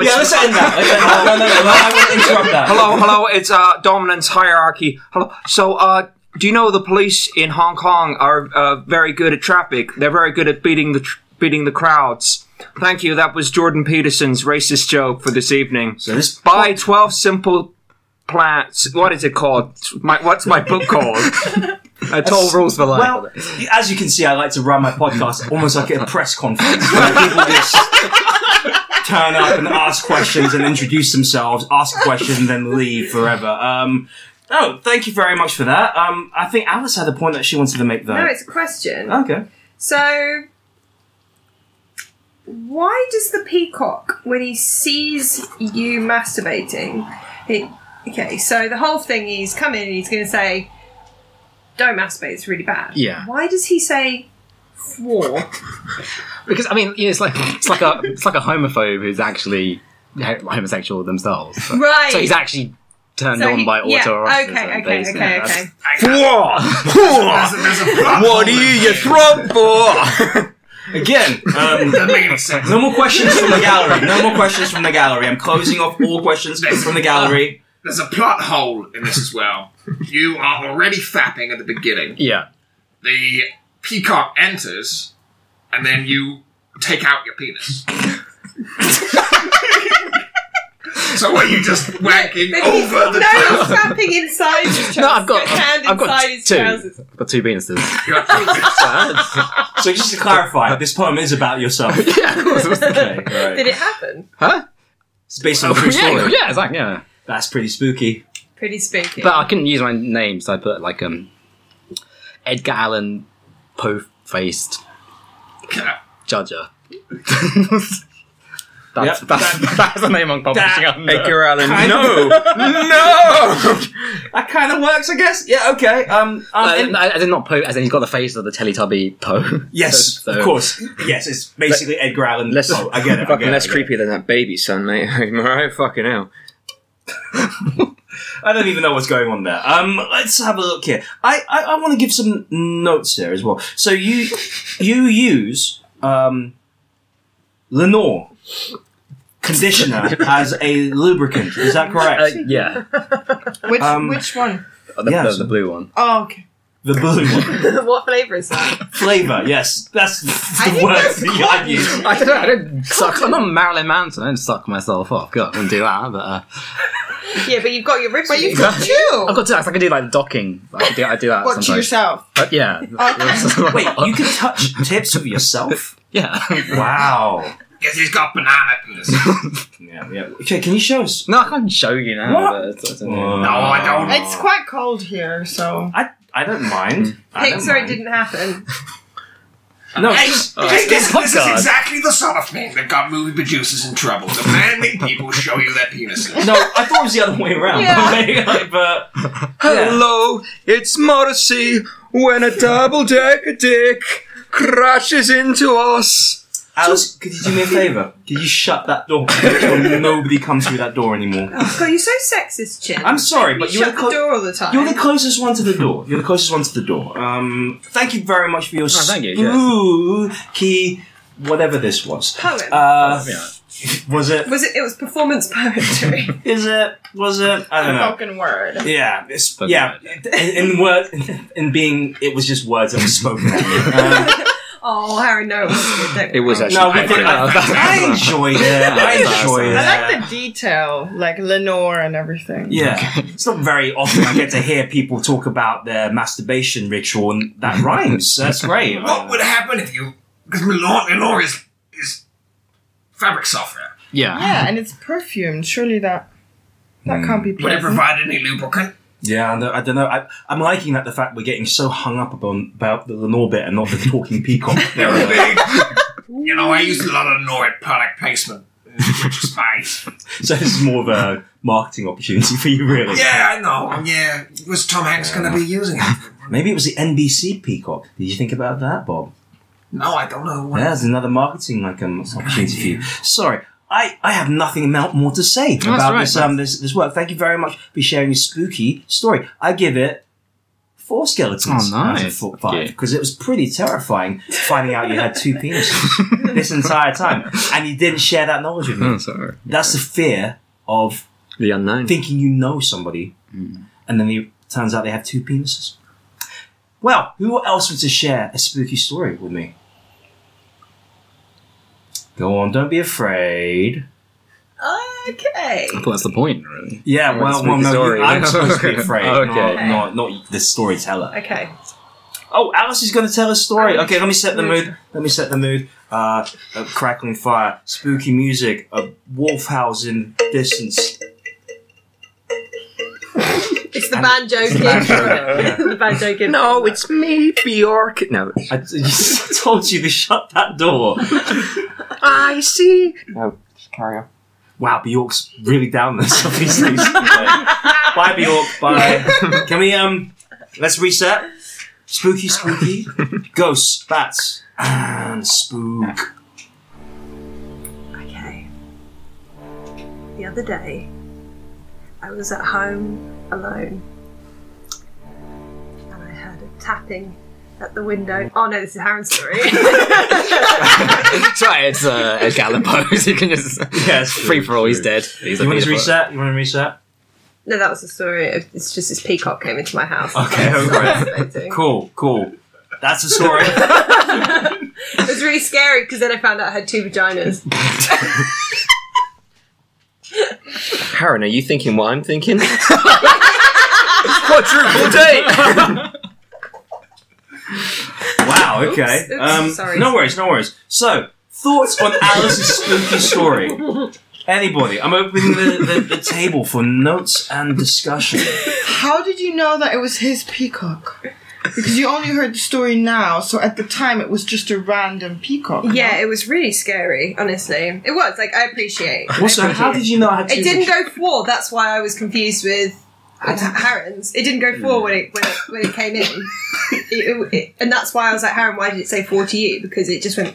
S6: it's,
S1: end that. No, no, no, I won't interrupt that.
S6: hello, hello. It's uh, dominance hierarchy. Hello. So, uh, do you know the police in Hong Kong are uh, very good at traffic? They're very good at beating the tr- beating the crowds. Thank you. That was Jordan Peterson's racist joke for this evening.
S1: So this
S6: Buy twelve simple plants. What is it called? My, what's my book called?
S4: Uh, Twelve rules for life.
S1: Well, as you can see, I like to run my podcast almost like a press conference where people just turn up and ask questions and introduce themselves, ask a question, and then leave forever. Um, oh, thank you very much for that. Um, I think Alice had a point that she wanted to make, though.
S7: No, it's a question.
S1: okay.
S7: So, why does the peacock, when he sees you masturbating, it, okay, so the whole thing is come in and he's going to say, don't masturbate, it's really bad.
S4: Yeah.
S7: Why does he say, war?
S4: because I mean, yeah, it's like it's like a it's like a homophobe who's actually ho- homosexual themselves. So,
S7: Right.
S4: so he's actually turned
S7: So
S4: on
S7: he-
S4: by auto
S7: yeah,
S4: eroticism,
S7: Okay, okay,
S4: basically.
S7: okay,
S4: That's-
S7: okay.
S1: Oh,
S8: What
S6: throat for?
S1: Again, um,
S8: Doesn't make any sense.
S1: no more questions from the gallery. No more questions from the gallery. I'm closing off all questions from the gallery.
S8: There's a plot hole in this as well. You are already fapping at the beginning.
S4: Yeah.
S8: The peacock enters, and then you take out your penis. so are you just wanking
S7: But he's
S8: over
S7: no
S8: the top?
S7: flapping inside his trousers.
S4: No, I've got
S7: his hand
S4: I've
S7: inside
S4: got
S7: his
S4: two.
S7: trousers.
S4: I've got two penises.
S8: Your penis.
S1: So just to clarify, this poem is about yourself.
S4: yeah, of course.
S1: Okay, right.
S7: Did it happen?
S1: It's based on a true
S4: yeah,
S1: story.
S4: yeah, it's like yeah.
S1: That's pretty spooky.
S7: Pretty spooky.
S4: But I couldn't use my name, so I put like um Edgar Allan Poe faced Judger. that's,
S1: Yep.
S4: that's, that's the name I'm publishing under.
S6: Edgar Allan. No, no.
S1: That kind of works, I guess. Yeah. Okay. Um. um,
S4: Uh,
S1: and-
S4: no, as in not Poe, as in he's got the face of the Teletubby Poe.
S1: yes,
S4: So- so-
S1: of course. Yes, it's basically Edgar Allan.
S6: Less,
S1: oh, I get it. I
S6: fucking
S1: get it,
S6: less
S1: I get it.
S6: creepy than that baby son, mate.
S4: Uh,
S6: Am I right? Fucking hell.
S1: I don't even know what's going on there. Um, let's have a look here. I, I, I want to give some notes here as well. So you you use um, Lenore conditioner as a lubricant. Is that
S4: Uh,
S1: correct?
S4: yeah,
S9: Which
S1: Um,
S9: which one?
S4: the,
S1: Yeah,
S4: the-
S1: so-
S4: the blue one.
S9: Oh, okay.
S1: the blue one.
S7: what flavour is that?
S1: flavor. Yes, that's the
S9: think
S1: word
S9: that's
S1: that I use.
S4: I don't know. I don't suck. I'm not Marilyn Manson. I don't suck myself off. God, I wouldn't do that. But uh,
S7: yeah, but you've got your ribs.
S9: But you've
S7: removed.
S9: got
S4: I've
S9: two.
S4: got to. I can do like the docking. I do, I do that
S9: What to
S4: sometimes.
S9: yourself?
S4: But, yeah.
S1: Wait, you can touch tips of yourself?
S4: yeah.
S1: Wow.
S8: Because he's got banana penis.
S1: Yeah, yeah. Okay, can you show us?
S4: No, I can't show you now.
S1: What?
S4: But it's, it's,
S8: No, I don't.
S9: It's quite cold here, so
S1: I, I don't mind. I don't
S7: Pixar, it
S1: mind.
S7: didn't happen.
S1: No,
S8: Hey, this, this- this is
S4: podcast.
S8: exactly the sort of thing that got movie producers in trouble. Demanding people show you their penises.
S1: No, I thought it was the other way around.
S7: Yeah.
S1: Like, but
S6: Hello, it's modesty when a double decker dick crashes into us.
S1: Alice, could you do me a favour? Could you shut that door? so nobody comes through that door anymore.
S7: Oh, God, you're so sexist, Chin.
S1: I'm sorry,
S7: You
S1: but you're
S7: shut
S1: the clo-
S7: door all the time.
S1: You're the closest one to the door. You're the closest one to the door. Um, thank you very much for your
S4: Oh, thank you,
S1: spooky, whatever this was.
S7: Poem.
S1: Uh, was it?
S7: was it? It was performance poetry.
S1: Is it? Was it? I don't know.
S9: Spoken word.
S1: Yeah, it's, yeah. In, in word, in being, it was just words that were spoken. at me. Um,
S7: oh, Harry, no, it wasn't good. Don't
S4: It was
S7: worry.
S4: actually
S1: no, we
S4: quite
S1: did.
S4: good.
S1: I, I enjoyed it. I enjoyed it.
S9: I like the detail, like Lenore and everything.
S1: Yeah, it's not very often I get to hear people talk about their masturbation ritual, and that rhymes. That's great.
S8: What would happen if you? Because Milor, Milor is is fabric softener.
S4: Yeah.
S9: Yeah, and it's perfumed. Surely that that can't be
S8: Would
S4: Mm-hmm.
S8: Mm. it
S9: pleasant.
S8: provide any lubricant?
S1: Yeah, I don't, I don't know. I, I'm liking that the fact we're getting so hung up upon about the Lenore bit and not the talking peacock.
S8: You know, I used a lot of Norit product placement, uh, which is nice.
S1: so this is more of a marketing opportunity for you, really.
S8: Yeah, I know. Yeah, was Tom Hanks going to be using it?
S1: Maybe it was the NBC peacock. Did you think about that, Bob?
S8: No, I don't know.
S1: Yeah, there's another marketing like um, opportunity for you. Sorry. I, I have nothing amount more to say about
S4: right.
S1: this, um, this this work. Thank you very much for sharing your spooky story. I give it four skeletons
S4: Oh,
S1: out of
S4: nice.
S1: four, five
S4: Okay.
S1: because it was pretty terrifying finding out you had two penises this entire time, and you didn't share that knowledge with me.
S4: Oh, sorry.
S1: That's the fear of
S6: The unknown.
S1: thinking you know somebody, and then it turns out they have two penises. Well, who else wants to share a spooky story with me? Go on, don't be afraid.
S7: Okay.
S4: Well, that's the point, really.
S1: Yeah,
S4: Or
S1: well,
S4: the
S1: well no,
S4: story.
S1: you- I'm supposed to be afraid,
S4: Okay.
S1: not, not not the storyteller.
S7: Okay.
S1: Oh, Alice is going to tell a story. Okay, let me set the mood. Let me set the mood. Uh, a crackling fire, spooky music, a wolf house in distance.
S7: It's the banjo kid. the banjo kid.
S6: No, Oh, it's me, Bjork. No,
S1: I told you to shut that door.
S6: I see.
S1: Wow, Bjork's really down this stuff these days. bye, Bjork. Bye. Can we um? Let's reset. Spooky, spooky. Ghosts, bats, and spook.
S7: Okay. The other day, I was at home alone and I heard a tapping at the window. Oh no, this is Harren's story.
S4: That's right, it's uh, Edgar Allan Poe, so you can just
S1: Yeah, it's
S4: free for all, he's dead. He's a
S1: You want to
S4: paedophile.
S1: reset? You want to reset?
S7: no, that was the story. It's just this peacock came into my house.
S1: Okay,
S7: That's
S1: all right.
S7: fascinating.
S1: Uh, Cool, cool. That's the story.
S7: It was really scary because then I found out I had two vaginas.
S6: Karen, are you thinking what I'm thinking? Quadruple date.
S1: wow. Okay.
S7: Oops,
S1: Um,
S7: sorry.
S1: No worries. No worries. So, thoughts on Alice's spooky story? Anybody? I'm opening the, the, the table for notes and discussion.
S9: How did you know that it was his peacock? Because you only heard the story now, so at the time it was just a random peacock. no?
S7: yeah, it was really scary, honestly. It was, like, I appreciate. I
S1: Also,
S7: appreciate
S1: how did you know I had two
S7: It didn't go four. That's why I was confused with Harren's. It didn't go four when it when it, when it came in, It- it- it- and that's why I was like, Harren, why did it say four to you? Because it just went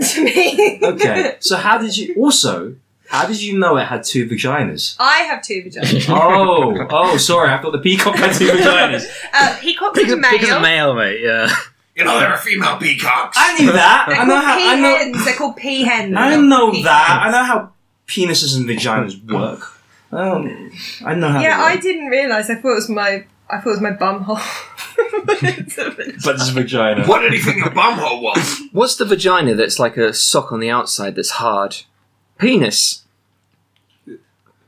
S7: to me.
S1: Okay. So how did you also how did you know it had two vaginas?
S7: I have two vaginas.
S1: Oh, oh, sorry. I thought the peacock had two vaginas.
S7: Uh, peacocks
S4: Pick
S7: are
S4: a, pick a
S7: male.
S4: male, mate, yeah.
S8: You know, there are female peacocks.
S1: I knew that.
S7: They're
S1: I
S7: called
S1: know how. I know.
S7: peahens. They're called peahens.
S1: I know that. I know how penises and vaginas work. Um, I know how.
S7: Yeah,
S1: they
S7: I
S1: work.
S7: didn't realise. I thought it was my. I thought it was my bum hole. It's a vagina.
S1: But it's a vagina.
S8: What did he think a bumhole was?
S6: What's the vagina that's like a sock on the outside that's hard? Penis.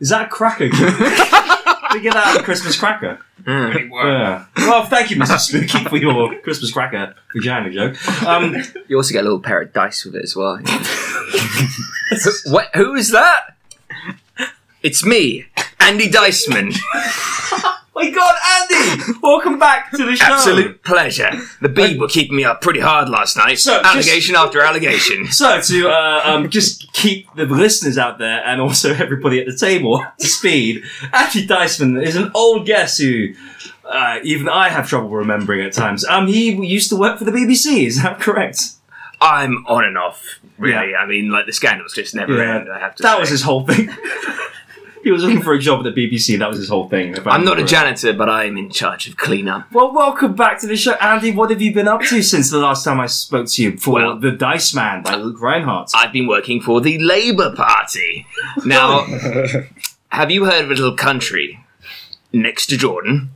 S1: Is that a cracker? Figure that out, the Christmas cracker.
S8: Any word?
S1: Yeah. Well, thank you, Mr. Spooky, for your Christmas cracker vagina joke. Um,
S6: You also get a little pair of dice with it as well. Wh- what, who is that? It's me, Andy Diceman.
S1: my God, Andy, welcome back to the show.
S6: Absolute pleasure. The bee were keeping me up pretty hard last night.
S1: So, just-
S6: allegation after allegation.
S1: So to uh, um, just keep the listeners out there and also everybody at the table up to speed, Andy Diceman is an old guest who uh, even I have trouble remembering at times. Um, he used to work for the BBC. Is that correct?
S5: I'm on and off, really. I mean, like, the scandal's just never
S1: Yeah.
S5: end, I have to
S1: that
S5: say.
S1: was his whole thing. he was looking for a job at the BBC. That was his whole thing. if I
S5: I'm not a
S1: remember
S5: janitor, but I'm in charge of cleanup.
S1: Well, welcome back to the show, Andy. What have you been up to since the last time I spoke to you for the Dice Man by Luke Reinhardt?
S5: I've been working for the Labour Party. Now, have you heard of a little country next to Jordan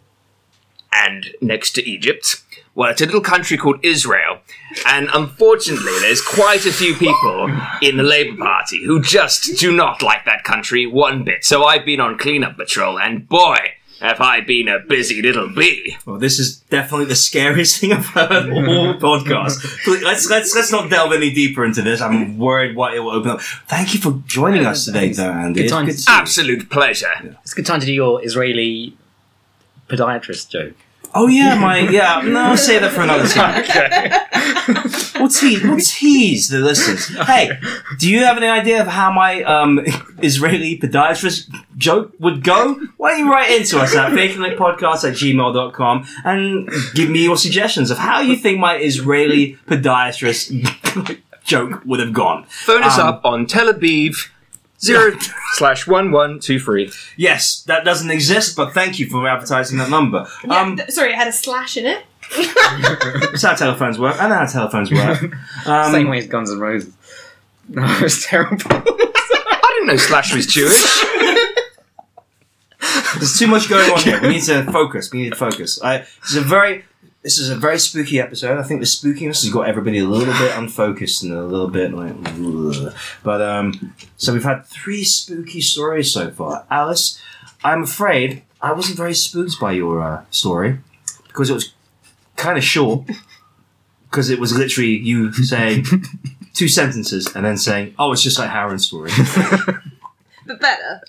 S5: and next to Egypt? Well, it's a little country called Israel. And unfortunately, there's quite a few people in the Labour Party who just do not like that country one bit. So I've been on cleanup patrol, and boy, have I been a busy little bee.
S1: Well, this is definitely the scariest thing I've heard all podcast. Please, Let's let's let's not delve any deeper into this. I'm worried what it will open up. Thank you for joining us today, though, Andy.
S4: Good time.
S1: It's
S5: Absolute pleasure.
S4: It's a good time to do your Israeli podiatrist joke.
S1: Oh yeah, my yeah. No, I'll say that for another time. We'll tease, we'll tease the listeners. Hey, do you have any idea of how my um, Israeli podiatrist joke would go? Why don't you write into us at baconlickpodcast at gmail.com and give me your suggestions of how you think my Israeli podiatrist joke would have gone.
S5: Phone us
S1: Um,
S5: up on Tel Aviv 0 slash 1123.
S1: Yes, that doesn't exist, but thank you for advertising that number. Um,
S7: Th- Sorry, it had a slash in it.
S1: it's how telephones work. I know how telephones work. Um,
S4: Same way as Guns N' Roses. No, it was terrible.
S5: I didn't know Slash was Jewish.
S1: There's too much going on here. We need to focus. We need to focus. I, this is a very this is a very spooky episode. I think the spookiness has got everybody a little bit unfocused and a little bit like. "Ugh." But um, so we've had three spooky stories so far. Alice, I'm afraid I wasn't very spooked by your uh, story because it was kind of short. Because it was literally you saying two sentences and then saying, "Oh, it's just like Harren's story."
S7: But better.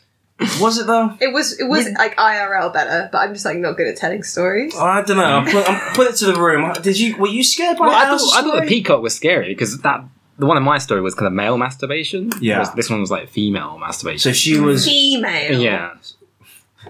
S1: was it though?
S7: It was it was like IRL better, but I'm just like not good at telling stories.
S1: Oh, I don't know. I'll put, I'll put it to the room. Did you? Were you scared by
S4: Well, I
S1: Alice's
S4: thought, I thought
S1: story?
S4: the peacock was scary because that the one in my story was kind of male masturbation.
S1: Yeah.
S4: whereas this one was like female masturbation.
S1: So she was.
S7: Female.
S4: yeah,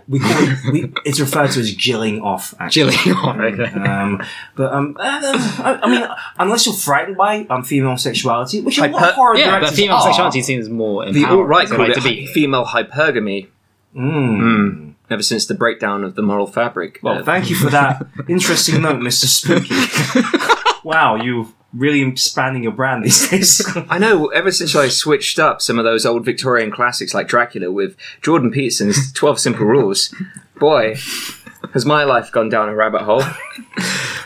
S1: We call it. We, it's referred to as jilling off. Actually.
S4: chilling on. Okay.
S1: Um, but um, I, I mean, unless you're frightened by um female sexuality, which a lot
S5: Hyper-
S1: of horror
S4: yeah, but
S1: directors
S4: female
S1: are.
S4: sexuality seems more
S6: The
S4: empowering.
S6: alt right
S4: so,
S6: called
S4: like,
S6: it
S4: to be
S6: female hypergamy.
S4: Hmm.
S1: Mm.
S6: Ever since the breakdown of the moral fabric.
S1: Well,
S6: Uh,
S1: thank you for that interesting note, Mister Spooky. wow, you really expanding your brand these days.
S6: I know. Ever since I switched up some of those old Victorian classics like Dracula with Jordan Peterson's Twelve Simple Rules, boy, has my life gone down a rabbit hole.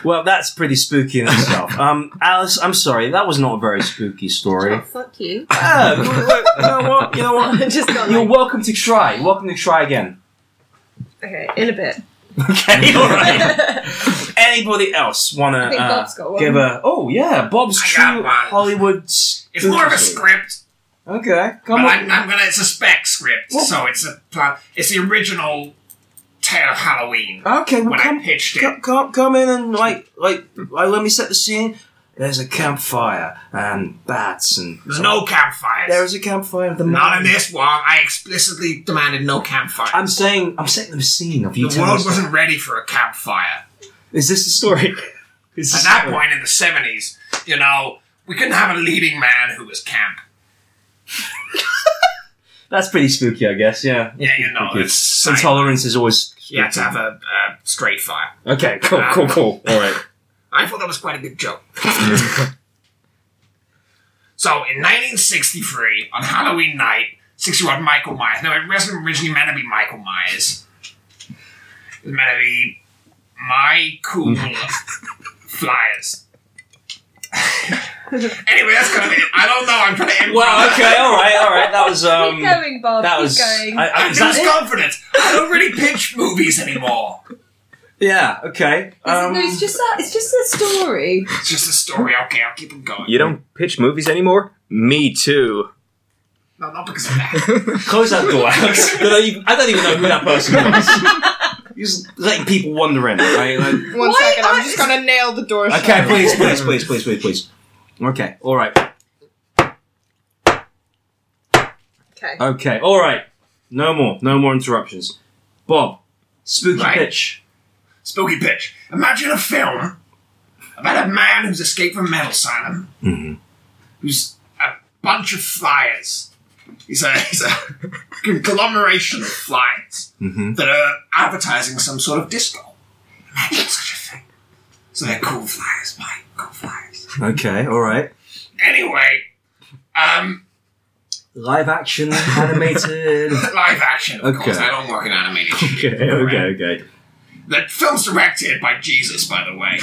S1: well, that's pretty spooky in itself. Um, Alice, I'm sorry, that was not a very spooky story.
S7: Oh, Fuck you.
S1: Yeah, look, you know what? You know what?
S7: just got
S1: You're
S7: like,
S1: welcome to try. You're welcome to try again.
S7: okay, in a bit.
S1: Okay, all right. Anybody else want
S7: I think Bob's
S1: to
S7: got
S1: uh,
S7: one.
S1: give a? Oh yeah, Bob's
S8: I got
S1: true
S8: one.
S1: Hollywood.
S8: It's more of a script,
S1: Okay,
S8: but
S1: come
S8: I'm,
S1: on.
S8: I'm gonna it's a spec script,
S1: Well-
S8: so it's a uh, it's the original Tale of Halloween
S1: Okay, well,
S8: when I
S1: Uh, come,
S8: pitched it.
S1: come, come, come in and like, like, like, let me set the scene. There's a campfire and bats and
S8: There's no campfires.
S1: There is a campfire. The
S8: Not in
S1: mountain-
S8: this one. I explicitly demanded no campfires.
S1: I'm saying, I'm setting the scene of you.
S8: the
S1: telling
S8: world
S1: us-
S8: wasn't ready for a campfire.
S1: Is this the story? Is
S8: At
S1: this
S8: that
S1: the story?
S8: point in the 70s, you know, we couldn't have a leading man who was camp.
S1: that's pretty spooky, I guess. Yeah.
S8: Yeah, you know,
S1: Spooky.
S8: it's.
S1: Intolerance is always.
S8: you had to have a, a straight fire.
S1: Okay, cool, cool, cool. All right.
S8: I thought that was quite a good joke. so in 1963, on Halloween night, 60-year-old Michael Myers. Now it wasn't originally meant to be Michael Myers. It was meant to be my cool flyers. anyway, that's kind of it. I don't know. I'm trying to.
S1: Well, okay, all right, all right. That was um.
S7: keep going, Bob.
S1: That
S7: keep
S1: was.
S7: going.
S1: I, I,
S8: I'm
S1: is that
S8: just
S1: it?
S8: confident. I don't really pitch movies anymore.
S1: Yeah. Okay.
S7: It's-
S1: Um,
S7: no, it's just a, it's just a story.
S8: It's just a story. Okay, I'll keep it going.
S6: You don't pitch movies anymore. Me too.
S8: No, not because of that.
S1: close that door, Alex. I don't even, I don't even know who that person was. You're just letting people wander in, right? Like,
S9: One
S7: Why
S9: second,
S7: are-
S9: I'm just gonna nail the door shut.
S1: okay, please, please, please, please, please, please. Okay. All right.
S7: Okay.
S1: Okay. All right. No more. No more interruptions. Bob, spooky
S8: Right.
S1: pitch.
S8: Spooky
S6: Mm-hmm.
S8: pitch. Imagine a film about a man who's escaped from a mental asylum. who's a bunch of flies. He's a, he's a conglomeration of flies
S1: Mhm.
S8: that are advertising some sort of disco. Imagine such a thing. So they're cool flyers, Mike. Cool flyers.
S1: Okay, all right.
S8: Anyway, um,
S1: Live action, animated.
S8: live action. Of course,
S1: Okay.
S8: I don't work in animated.
S1: okay, okay, okay.
S8: That film's directed by Jesus, by the way.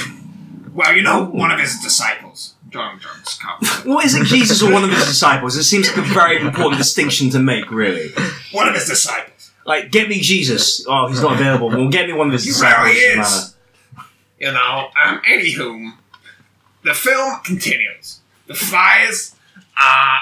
S8: Well, you know, one of his disciples, John Jones. Carpenter.
S1: Well, is it Jesus or one of his disciples? It seems like a very important distinction to make, really.
S8: One of his disciples.
S1: Like, get me Jesus. Oh, he's not available. Well, get me one of his
S8: He
S1: disciples.
S8: really
S1: doesn't
S8: is.
S1: matter.
S8: You know, um, anywho, the film continues. The flies are.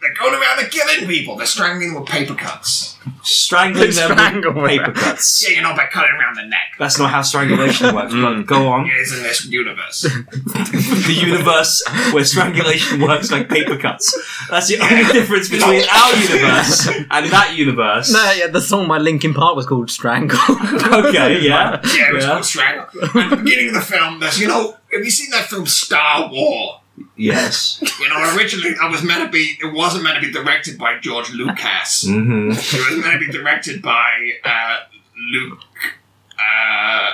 S8: They're going around and killing people. They're strangling them with paper cuts.
S1: Strangling them
S8: Strangle
S1: with paper cuts.
S8: Yeah, you know, by cutting around the neck.
S1: That's not how strangulation works, but go on.
S8: It is in this universe.
S1: the universe where strangulation works like paper cuts. That's the only difference between our universe and that universe.
S4: No, yeah, the song by Linkin Park was called Strangle.
S1: Okay, yeah.
S8: Yeah, it was called Strangle. At the beginning of the film, there's, you know, have you seen that film Star War?
S1: Yes.
S8: You know, originally I was meant to be. It wasn't meant to be directed by George Lucas.
S1: Mm-hmm.
S8: It was meant to be directed by uh, Luke uh,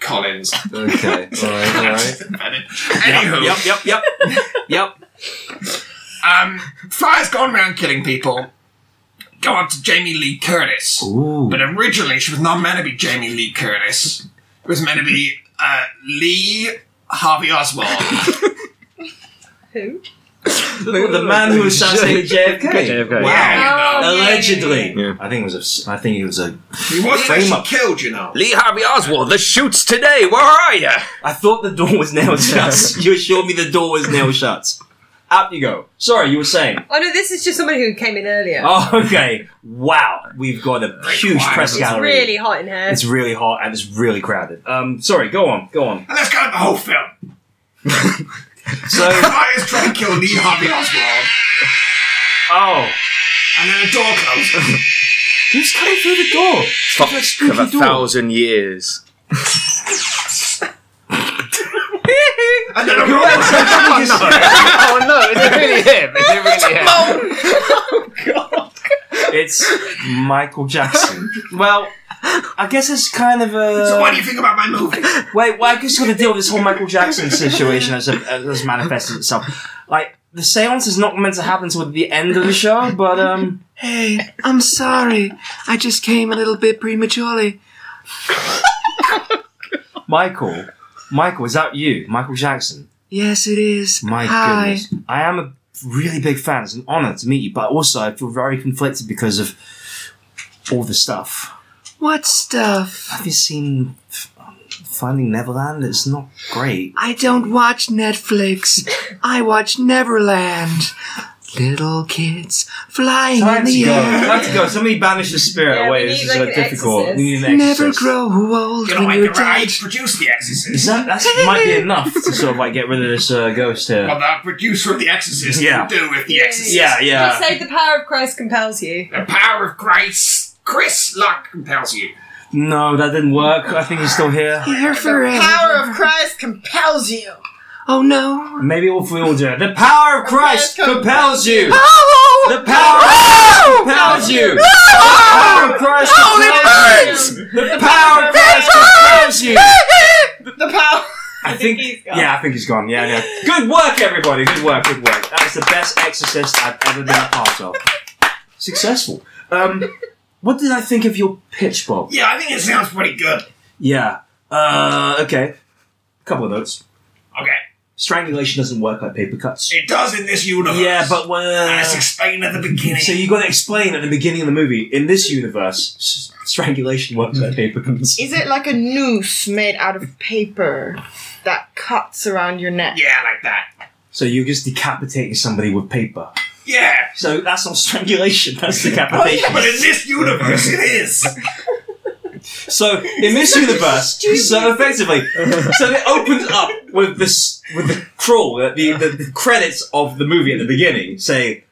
S8: Collins.
S1: Okay. All right. All right.
S8: Anywho,
S1: Yep. Yep. Yep. Yep.
S8: um, Fire's gone around killing people. Go up to Jamie Lee Curtis.
S1: Ooh.
S8: But originally, she was not meant to be Jamie Lee Curtis. It was meant to be uh, Lee Harvey Oswald.
S3: Who?
S1: The, the man who assassinated JFK. Wow.
S4: JFK.
S3: Oh, yeah,
S1: Allegedly. I think it was. A, s- I think it was a
S8: He wasn't
S1: frame
S8: actually
S1: up.
S8: killed, you know.
S5: Lee Harvey Oswald, the shoots today. Where are you?
S1: I thought the door was nailed shut. you assured me the door was nailed shut. Up you go. Sorry, you were saying.
S7: Oh no, this is just someone who came in earlier.
S1: Oh, okay. Wow, we've got a huge
S8: quiet.
S1: press
S7: it's
S1: gallery.
S7: really hot in here.
S1: It's really hot and it's really crowded. Um, sorry, go on, go on.
S8: And that's kind of the whole film.
S1: So,
S8: Fire's trying to kill Lee Harvey Oswald,
S1: oh,
S8: and then the door closes.
S1: who's coming through the door?
S5: Fuck
S1: Like
S5: of a
S1: spooky door.
S5: thousand years.
S8: And then a robot.
S5: oh no, it's really him. It's really him.
S1: It's Michael Jackson. well, I guess it's kind of a.
S8: So what do you think about my movie?
S1: Wait, well, I just got to deal with this whole Michael Jackson situation as, as manifested itself. Like, the seance is not meant to happen till the end of the show, but, um.
S6: Hey, I'm sorry. I just came a little bit prematurely.
S1: Michael. Michael, is that you? Michael Jackson.
S6: Yes, it is.
S1: My
S6: Hi.
S1: goodness. I am a really big fan. It's an honor to meet you, but also I feel very conflicted because of all the stuff.
S6: What stuff?
S1: Have you seen F- Finding Neverland? It's not great.
S6: I don't watch Netflix. I watch Neverland. Little kids flying in the air.
S1: Time to go. Somebody banish the spirit
S7: Yeah,
S1: away.
S7: we
S1: This
S7: need,
S1: is
S7: like,
S1: so
S7: an
S1: difficult.
S7: exorcist.
S1: We need an
S6: Never
S1: exorcist.
S6: grow old
S8: You know,
S6: when
S8: I,
S6: you're
S8: I
S6: dead.
S8: produced The
S1: Is
S8: Exorcist.
S1: that that might be enough to sort of like get rid of this uh, ghost here?
S8: Well, the producer of The Exorcist
S1: Yeah.
S8: would do if The
S7: Yeah.
S8: Exorcist.
S1: Yeah,
S7: Just
S1: yeah.
S7: say the power of Christ compels you.
S8: The power of Christ, Chris Luck compels you.
S1: No, that didn't work. I think he's still here.
S6: Here forever.
S9: Power of Christ compels you.
S6: Oh no.
S1: Maybe if we all do it. The power of Christ compels you.
S6: Oh!
S1: The power of Christ compels you. The power of Christ compels you. The power of Christ compels you.
S9: The power.
S1: I think.
S3: he's gone.
S1: Yeah, I think he's gone. Yeah, yeah. Good work, everybody. Good work. Good work. That is the best exorcist I've ever been a part of. Successful. Um, what did I think of your pitch, Bob?
S8: Yeah, I think it sounds pretty good.
S1: Yeah. Uh, okay. Couple of notes.
S8: Okay,
S1: Strangulation doesn't work like paper cuts.
S8: it does in this universe.
S1: Yeah, but
S8: and it's
S1: well,
S8: explained at the beginning.
S1: so you got to explain at the beginning of the movie. In this universe, s- strangulation works like paper cuts.
S9: Is it like a noose made out of paper that cuts around your neck?
S8: yeah, like that.
S1: So you're just decapitating somebody with paper.
S8: Yeah,
S1: So that's not strangulation. That's
S8: but
S1: decapitation.
S8: in this universe, it is.
S1: So in this universe, so effectively, so it opens up with this with the crawl, uh, the, the, the credits of the movie at the beginning say,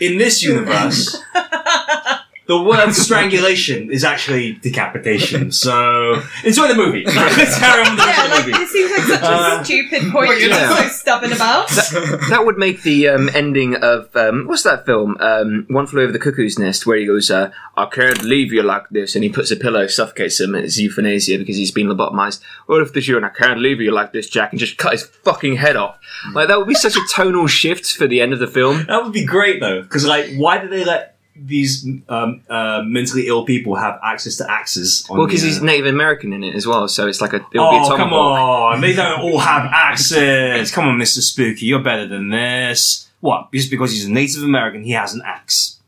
S1: in this universe, the the word strangulation is actually decapitation. So enjoy the movie. Let's carry on with the rest
S7: yeah,
S1: of the
S7: like
S1: movie.
S7: it seems like such a
S1: Uh,
S7: stupid point
S1: well,
S7: you're
S6: yeah.
S7: so stubborn about.
S6: that, that would make the um, ending of um, what's that film? Um, One flew over the cuckoo's nest, where he goes, uh, "I can't leave you like this," and he puts a pillow, suffocates him. It's euthanasia because he's been lobotomized. What if this you and I can't leave you like this, Jack, and just cut his fucking head off? Like that would be such a tonal shift for the end of the film.
S1: That would be great though, because like, why do they let these um, uh, mentally ill people have access to axes? On
S6: Well, because
S1: the, uh,
S6: he's Native American in it as well, so it's like a. It would be a
S1: oh,
S6: tomahawk.
S1: come on! They don't all have axes. Come on, Mister Spooky, you're better than this. What? Just because he's a Native American, he has an axe.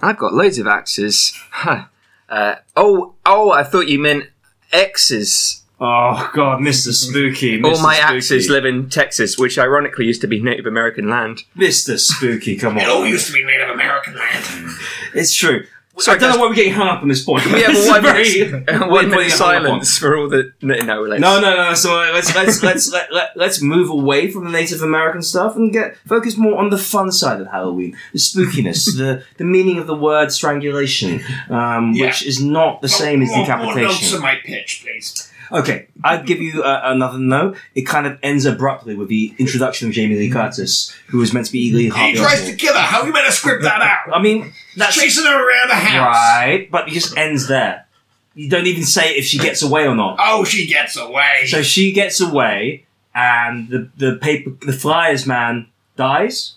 S6: I've got loads of axes. Huh. Uh, oh, oh! I thought you meant X's.
S1: Oh God, Mister Spooky!
S6: All
S1: Mr.
S6: my
S1: Spooky.
S6: axes live in Texas, which ironically used to be Native American land.
S1: Mister Spooky, come on!
S8: It all used to be Native American land.
S1: It's true.
S6: Sorry,
S1: I don't
S6: guys.
S1: know why we're getting hung up on this point.
S6: We have
S1: This is
S6: one
S1: very-
S6: minute,
S1: weird
S6: one
S1: point
S6: minute
S1: to get hung up on.
S6: silence for all the no, no, let's,
S1: No, no, no. So uh, let's let's let's let, let, let's move away from the Native American stuff and get focus more on the fun side of Halloween, the spookiness, the the meaning of the word strangulation, um,
S8: Yeah.
S1: which is not the same as
S8: More- More notes
S1: decapitation.
S8: on my pitch, please.
S1: Okay, I'd give you uh, another no. It kind of ends abruptly with the introduction of Jamie Lee Curtis, who was meant to be Lee
S8: He
S1: Harvey.
S8: tries to
S1: Oswald.
S8: kill her. How you meant to script that out?
S1: I mean, that's
S8: chasing her around the house.
S1: right, but it just ends there. You don't even say if she gets away or not.
S8: Oh, she gets away.
S1: So she gets away, and the the paper the flyers man dies.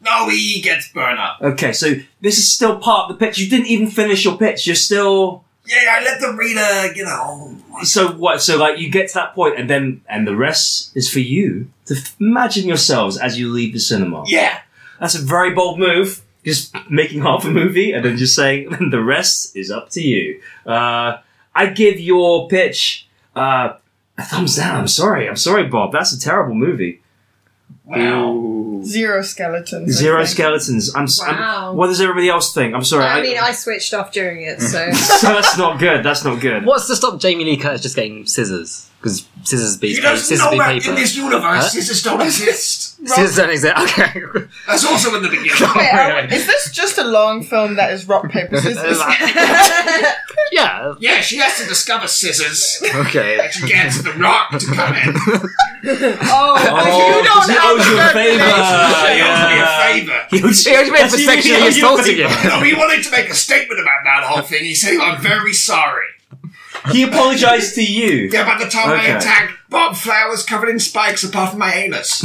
S8: no, he gets burned up.
S1: Okay, so this is still part of the pitch. You didn't even finish your pitch. You're still
S8: Yeah, yeah, I let the reader, you know.
S1: so what? So like you get to that point, and then and the rest is for you to f- imagine yourselves as you leave the cinema.
S8: Yeah.
S1: that's a very bold move. Just making half a movie and then just saying the rest is up to you. Uh, I give your pitch uh, a thumbs down. I'm sorry. I'm sorry, Bob. That's a terrible movie.
S8: Wow.
S9: Zero skeletons. I
S1: Zero
S9: think.
S1: skeletons. I'm, s
S7: Wow.
S1: am What does everybody else think? I'm sorry.
S7: I mean, I switched off during it, so.
S1: so that's not good. That's not good.
S4: What's to stop Jamie Lee Curtis just getting scissors? Because scissors beat
S8: He
S4: paper.
S8: doesn't
S4: Scissors
S8: know
S4: beat
S8: that
S4: paper.
S8: in this universe,
S4: Huh?
S8: scissors don't exist.
S4: Scissors don't exist. Okay.
S8: That's also in the beginning.
S9: Wait, are- is this just a long film that is rock paper scissors?
S4: yeah.
S8: yeah, she has to discover scissors.
S6: Okay.
S8: And she gets the rock to come in.
S9: oh,
S1: Oh,
S9: you don't
S1: because he
S9: have
S1: owes you a
S9: good
S1: favor. Ah,
S9: relationship.
S8: She owes me a favour.
S1: He was,
S4: She was meant for sexually assaulting you.
S8: No, he wanted to make a statement about that whole thing. He said, I'm very sorry.
S1: He apologized to you.
S8: Yeah, by the time
S1: Okay.
S8: I attacked, Bob Flowers covered in spikes apart from my anus.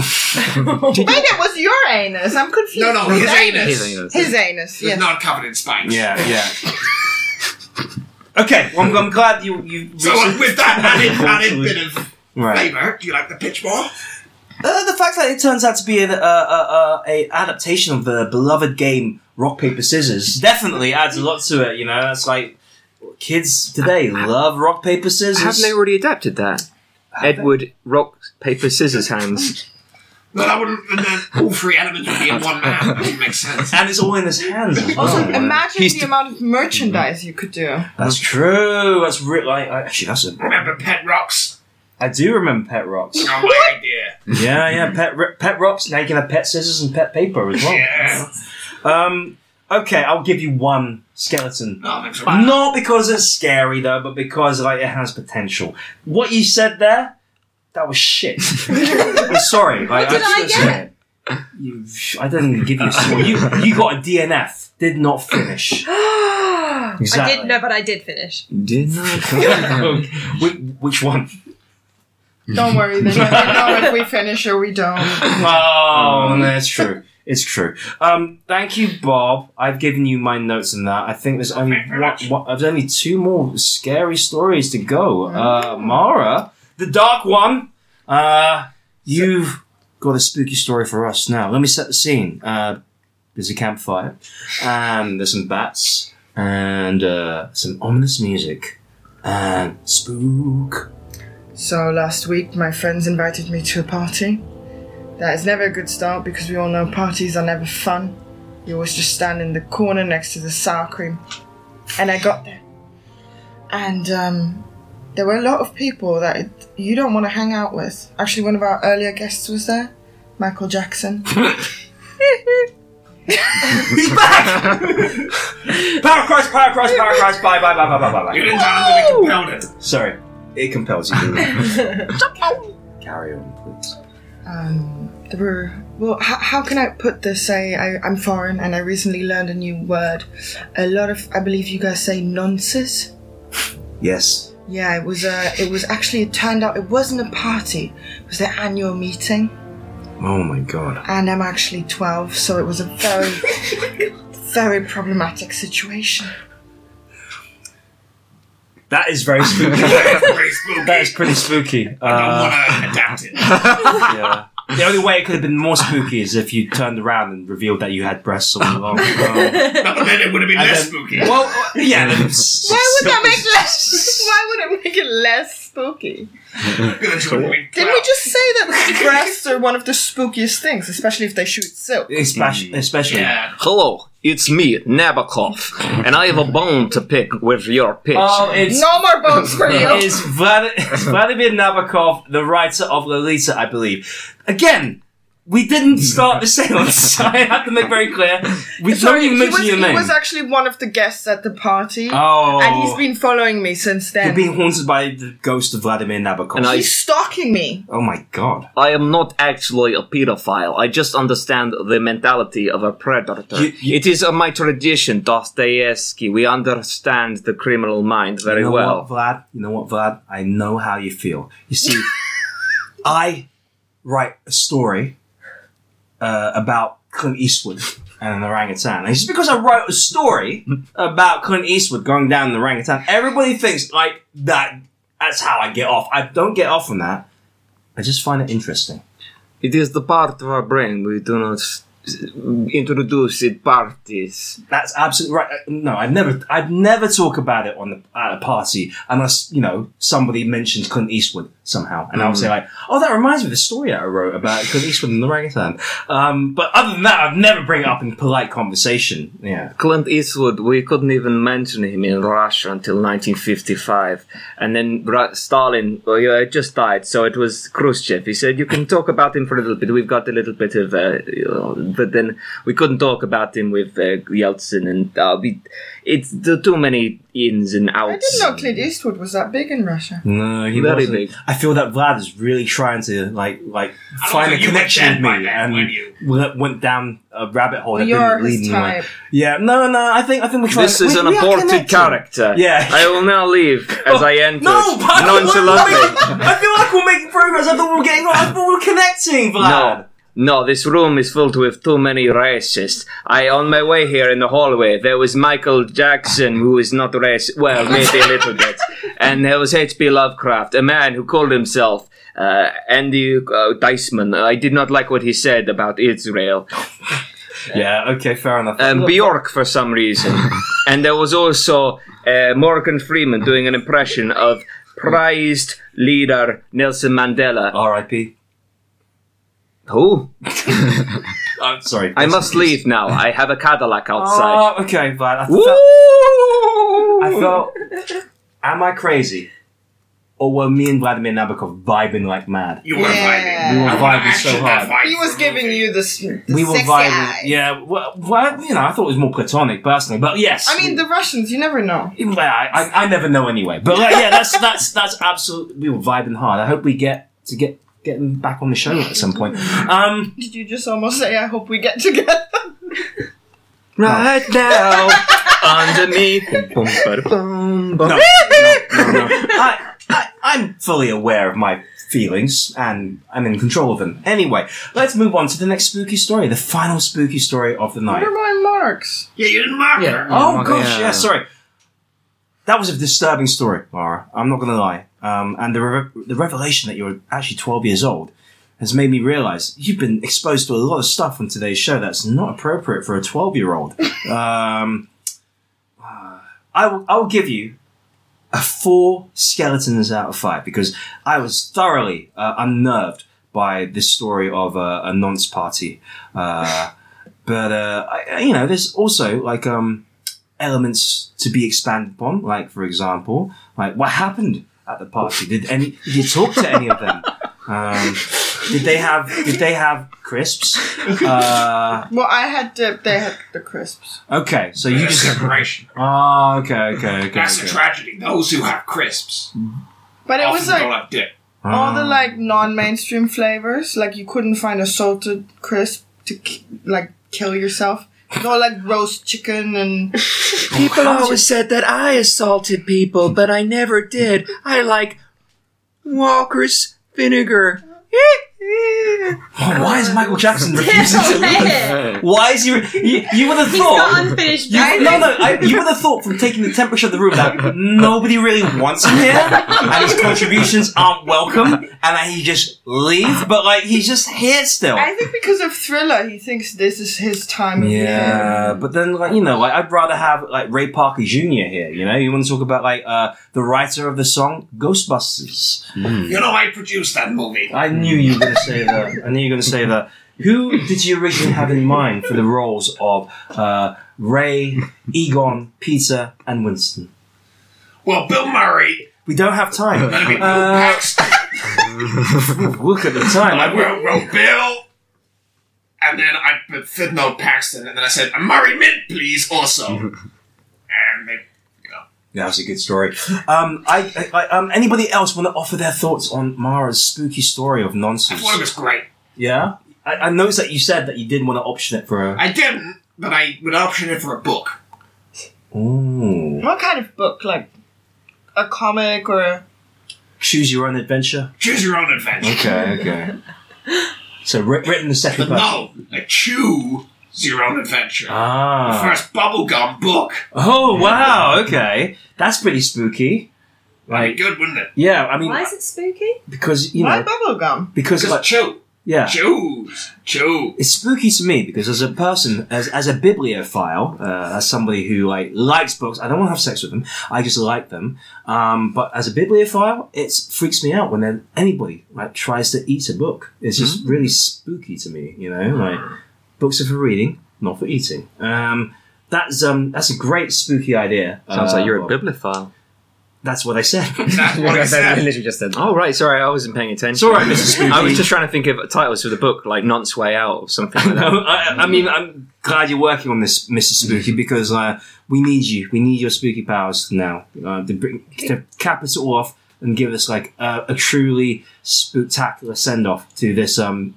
S9: Wait, it was your anus. I'm confused.
S8: No, no, his anus.
S4: He's like,
S9: His anus,
S8: It's
S9: yes.
S8: not covered in spikes.
S1: Yeah, yeah. okay, well, I'm, I'm glad you you.
S8: So uh,
S1: reached-
S8: with that added, added bit of
S1: right.
S8: flavour, do you like the pitch more?
S1: Uh, the fact that it turns out to be an, uh, uh, uh, a adaptation of the beloved game Rock Paper Scissors definitely adds a lot to it. You know, it's like kids today love Rock Paper Scissors.
S6: Have they already adapted that? Edward Rock Paper Scissors Hands.
S8: No, that wouldn't. And then all three elements would be in one man. That doesn't make sense.
S1: and it's all in his hands. As well.
S9: Also,
S1: you know.
S7: um,
S9: imagine the amount of merchandise you could do.
S1: that's true. That's re- like I- actually that's a.
S8: Remember pet rocks?
S1: I do remember Pet Rocks.
S8: Oh, my idea.
S1: yeah, yeah. Pet ri- Pet Rocks. Now you can have Pet Scissors and Pet Paper as well.
S8: Yeah.
S1: Um, okay, I'll give you one skeleton.
S8: No, thanks for
S1: Not because it's scary though, but because like it has potential. What you said there, that was shit. I'm sorry. Like,
S7: What did
S1: I'm
S7: I
S1: so sorry. You, I didn't even give you a score. You, you got a DNF. Did not finish.
S7: I
S1: Exactly.
S7: did know, but I did finish.
S6: Did not.
S8: Oh,
S1: Which, which one?
S8: Mm-hmm.
S9: Don't worry, they never know if we finish or we don't.
S1: Oh, no, it's true. It's true. Um, thank you, Bob. I've given you my notes on that. I think there's only one, one, there's only two more scary stories to go. Uh, Mara, the dark one. Uh, you've got a spooky story for us now. Let me set the scene. Uh, there's a campfire, and there's some bats, and uh, some ominous music, and spook.
S9: So last week, my friends invited me to a party. That is never a good start because we all know parties are never fun. You always just stand in the corner next to the sour cream. And I got there. And um, there were a lot of people that it- you don't want to hang out with. Actually, one of our earlier guests was there, Michael Jackson.
S1: He's back. Power cries, power cries, power cries, bye, bye, bye, bye, bye, bye, bye.
S8: You didn't tell them to be compelled.
S1: Sorry, it compels you.
S9: Jump.
S1: Carry on, please.
S9: Um, there were, well, h- how can I put this? I, I, I'm foreign and I recently learned a new word. A lot of, I believe you guys say nonsense.
S1: Yes.
S9: Yeah, it was uh it was actually, it turned out it wasn't a party, it was their annual meeting.
S1: Oh my god.
S9: And I'm actually 12, so it was a very, Oh very problematic situation.
S1: That is very spooky. that is pretty spooky. Uh,
S8: Adapt it.
S1: yeah. The only way it could have been more spooky is if you turned around and revealed that you had breasts all along. Um,
S8: But then it would have been
S1: And
S8: less
S1: then-
S8: spooky.
S1: well, uh, yeah. Why
S9: Why would that make less? Why would it make it less spooky? Didn't we just say that breasts are one of the spookiest things, especially if they shoot silk?
S1: Especially, especially.
S6: Hello, it's me, Nabokov, and I have a bone to pick with your pitch.
S1: Oh, it's
S9: No more bones for you.
S1: It is Vlad- Vladimir Nabokov, the writer of Lolita, I believe. Again, we didn't start the seance. I have to make very clear. We don't
S9: Sorry,
S1: even
S9: he
S1: mention
S9: was,
S1: your
S9: he
S1: name.
S9: was actually one of the guests at the party,
S1: Oh.
S9: and he's been following me since then.
S1: You're being haunted by the ghost of Vladimir Nabokov.
S6: And I-
S9: He's stalking me.
S1: oh my god.
S6: I am not actually a pedophile. I just understand the mentality of a predator.
S1: You- you-
S6: it is uh, my tradition, Dostoevsky. We understand the criminal mind very
S1: You know
S6: well.
S1: what, Vlad? You know what, Vlad? I know how you feel. You see, I write a story uh, about Clint Eastwood and an orangutan. And just because I wrote a story about Clint Eastwood going down an orangutan, everybody thinks like that. That's how I get off. I don't get off on that. I just find it interesting.
S6: It is the part of our brain we do not s- introduce it parties.
S1: That's absolutely right. Uh, No, I'd never, I'd never talk about it on the, at a party unless you know somebody mentions Clint Eastwood somehow, and I'll
S6: Mm.
S1: say like, "Oh, that reminds me of the story I wrote about Clint Eastwood and the orangutan." Um, but other than that, I'd never bring it up in polite conversation. Yeah,
S6: Clint Eastwood, we couldn't even mention him in Russia until 1955. And then Ra- Stalin, well, yeah, it just died, so it was Khrushchev. He said, You can talk about him for a little bit. We've got a little bit of. Uh, you know," but then we couldn't talk about him with uh, Yeltsin, and uh, we, it's there are too many ins and outs.
S9: I didn't know Clint Eastwood was that big in Russia.
S1: no, he
S6: Very
S1: wasn't.
S6: big.
S1: I feel that Vlad is really trying to like, like
S8: don't
S1: find a
S8: think you went
S1: connection with
S8: down by
S1: me,
S8: that,
S1: and
S8: were you?
S1: went- went down a rabbit hole. that
S9: You're
S1: didn't lead
S9: his
S1: anywhere.
S9: type.
S1: Yeah, no, no. I think, I think we're trying.
S6: This is
S1: we-
S6: an
S1: we are
S6: aborted
S1: connecting.
S6: character.
S1: Yeah.
S6: I will now leave as I enter.
S1: No, but
S6: nonchalantly.
S1: I feel like we're making progress. I thought we were getting. I thought we were connecting, Vlad.
S6: No, no, this room is filled with too many racists. I, on my way here in the hallway, there was Michael Jackson, who is not racist, well, maybe a little bit, and there was H.P. Lovecraft, a man who called himself uh, Andy uh, Deisman. I did not like what he said about Israel.
S1: Yeah. Okay. Fair enough.
S6: Um, Bjork, for some reason. and there was also uh, Morgan Freeman doing an impression of prized leader Nelson Mandela.
S1: R.I.P.
S6: Who?
S1: I'm sorry.
S6: I must leave now. I have a Cadillac outside.
S1: Oh, okay, Vlad. I felt, I
S6: Woo!
S1: felt. Am I crazy? Or were me and Vladimir Nabokov vibing like mad?
S8: You were
S9: Yeah.
S8: vibing.
S9: We
S1: were
S8: I
S1: vibing
S8: wanna action
S1: so
S8: that
S1: hard.
S8: vibe
S9: He was
S8: for
S9: giving
S8: movie.
S9: you this. The
S1: we were
S9: sexy
S1: vibing.
S9: eye.
S1: Yeah. Well, well, you know, I thought it was more platonic personally, but yes.
S9: I mean, the Russians. You never know.
S1: Even though I, I, I never know anyway. But like, yeah, that's that's that's absolutely we were vibing hard. I hope we get to get get them back on the show at some point. Um,
S9: Did you just almost say, "I hope we get together"?
S6: Right now, underneath. Boom, ba-da, boom, boom.
S1: no, no, no. I, I I'm fully aware of my feelings and I'm in control of them. Anyway, let's move on to the next spooky story, the final spooky story of the night.
S9: What are my marks?
S8: Yeah, you didn't mark
S4: Yeah.
S8: her.
S1: Oh
S4: Yeah,
S1: gosh,
S4: yeah.
S1: yeah. Sorry, that was a disturbing story, Laura. I'm not going to lie. Um, and the re- the revelation that you're actually 12 years old has made me realize you've been exposed to a lot of stuff on today's show that's not appropriate for a 12 year old. um, I will I will give you a four skeletons out of five because I was thoroughly uh, unnerved by this story of uh, a nonce party. Uh, but uh, I, I- you know, there's also like um, elements to be expanded upon. Like for example, like what happened at the party? Did any? Did you talk to any of them? Um, Did they have? Did they have crisps? Uh,
S9: Well, I had the, they had the crisps.
S1: okay, so you just
S8: separation.
S1: Oh, okay, okay, okay.
S8: That's
S1: okay.
S8: a tragedy. Those who have crisps
S9: But it
S8: often
S9: was like
S8: don't have dip.
S1: Ah.
S9: all the like non-mainstream flavors. Like you couldn't find a salted crisp to k- like kill yourself. It's all like roast chicken and
S6: People always said that I assaulted people, but I never did. I like Walker's vinegar.
S1: Oh, why is Michael Jackson refusing to leave? Why is he? Re- you, you would have
S7: He's got
S1: thought.
S7: unfinished
S1: You,
S7: business.
S1: no, no. I, you would have thought from taking the temperature of the room that nobody really wants him here, and his contributions aren't welcome, and that he just leave. But like, he's just here still.
S9: I think because of Thriller, he thinks this is his time. of year.
S1: Yeah, but then like you know, like I'd rather have like Ray Parker Jr. here. You know, you want to talk about like uh the writer of the song Ghostbusters.
S8: You know, I produced that movie.
S1: I knew you were going to say that. I knew you were going to say that. Who did you originally have in mind for the roles of uh, Ray, Egon, Peter, and Winston?
S8: Well, Bill Murray,
S1: We don't have time.
S8: I mean,
S1: Uh,
S8: Paxton,
S1: look at the time.
S8: I wrote, wrote Bill, and then I put fifth note Paxton, and then I said, "A Murray Mint, please, also. and they, you know,
S1: Yeah, that's a good story. Um, I, I, I- um, anybody else want to offer their thoughts on Mara's spooky story of nonsense?
S8: one of was great.
S1: Yeah, I, I noticed that you said that you didn't want to option it for a.
S8: I didn't, but I would option it for a book.
S1: Ooh.
S9: What kind of book? Like a comic or a
S1: Choose your own adventure.
S8: Choose your own adventure.
S1: Okay, okay. so wri- written the second
S8: But
S1: person.
S8: no, like choose your own adventure.
S1: Ah.
S8: First bubblegum book.
S1: Oh wow! Okay, that's pretty spooky.
S8: That'd
S1: Like,
S8: be good, wouldn't it?
S1: yeah, I mean,
S7: Why is it spooky?
S1: because you
S9: why
S1: know,
S9: bubblegum?
S1: because
S8: Just
S1: like,
S8: chew.
S1: yeah,
S8: Choose. Chew.
S1: it's spooky to me because as a person, as as a bibliophile, uh, as somebody who like likes books, I don't want to have sex with them. I just like them. Um, but as a bibliophile, it freaks me out when then anybody like tries to eat a book. It's
S6: Hmm.
S1: just really spooky to me. You know, like books are for reading, not for eating. Um, that's um, that's a great spooky idea.
S6: Sounds
S1: Uh,
S6: like you're a
S1: Bob.
S6: bibliophile.
S1: That's what I said.
S8: That's what I
S4: I
S8: said.
S4: literally just said.
S6: Oh, right, sorry, I wasn't paying attention.
S1: It's all right, Mrs. Spooky.
S6: I was just trying to think of titles for the book, like Nonce Way Out or something like that.
S1: No, I, I mean, I'm glad you're working on this, Mr. Spooky, because uh, we need you. We need your spooky powers now uh, to, bring, to cap us all off and give us like a, a truly spectacular send off to this um,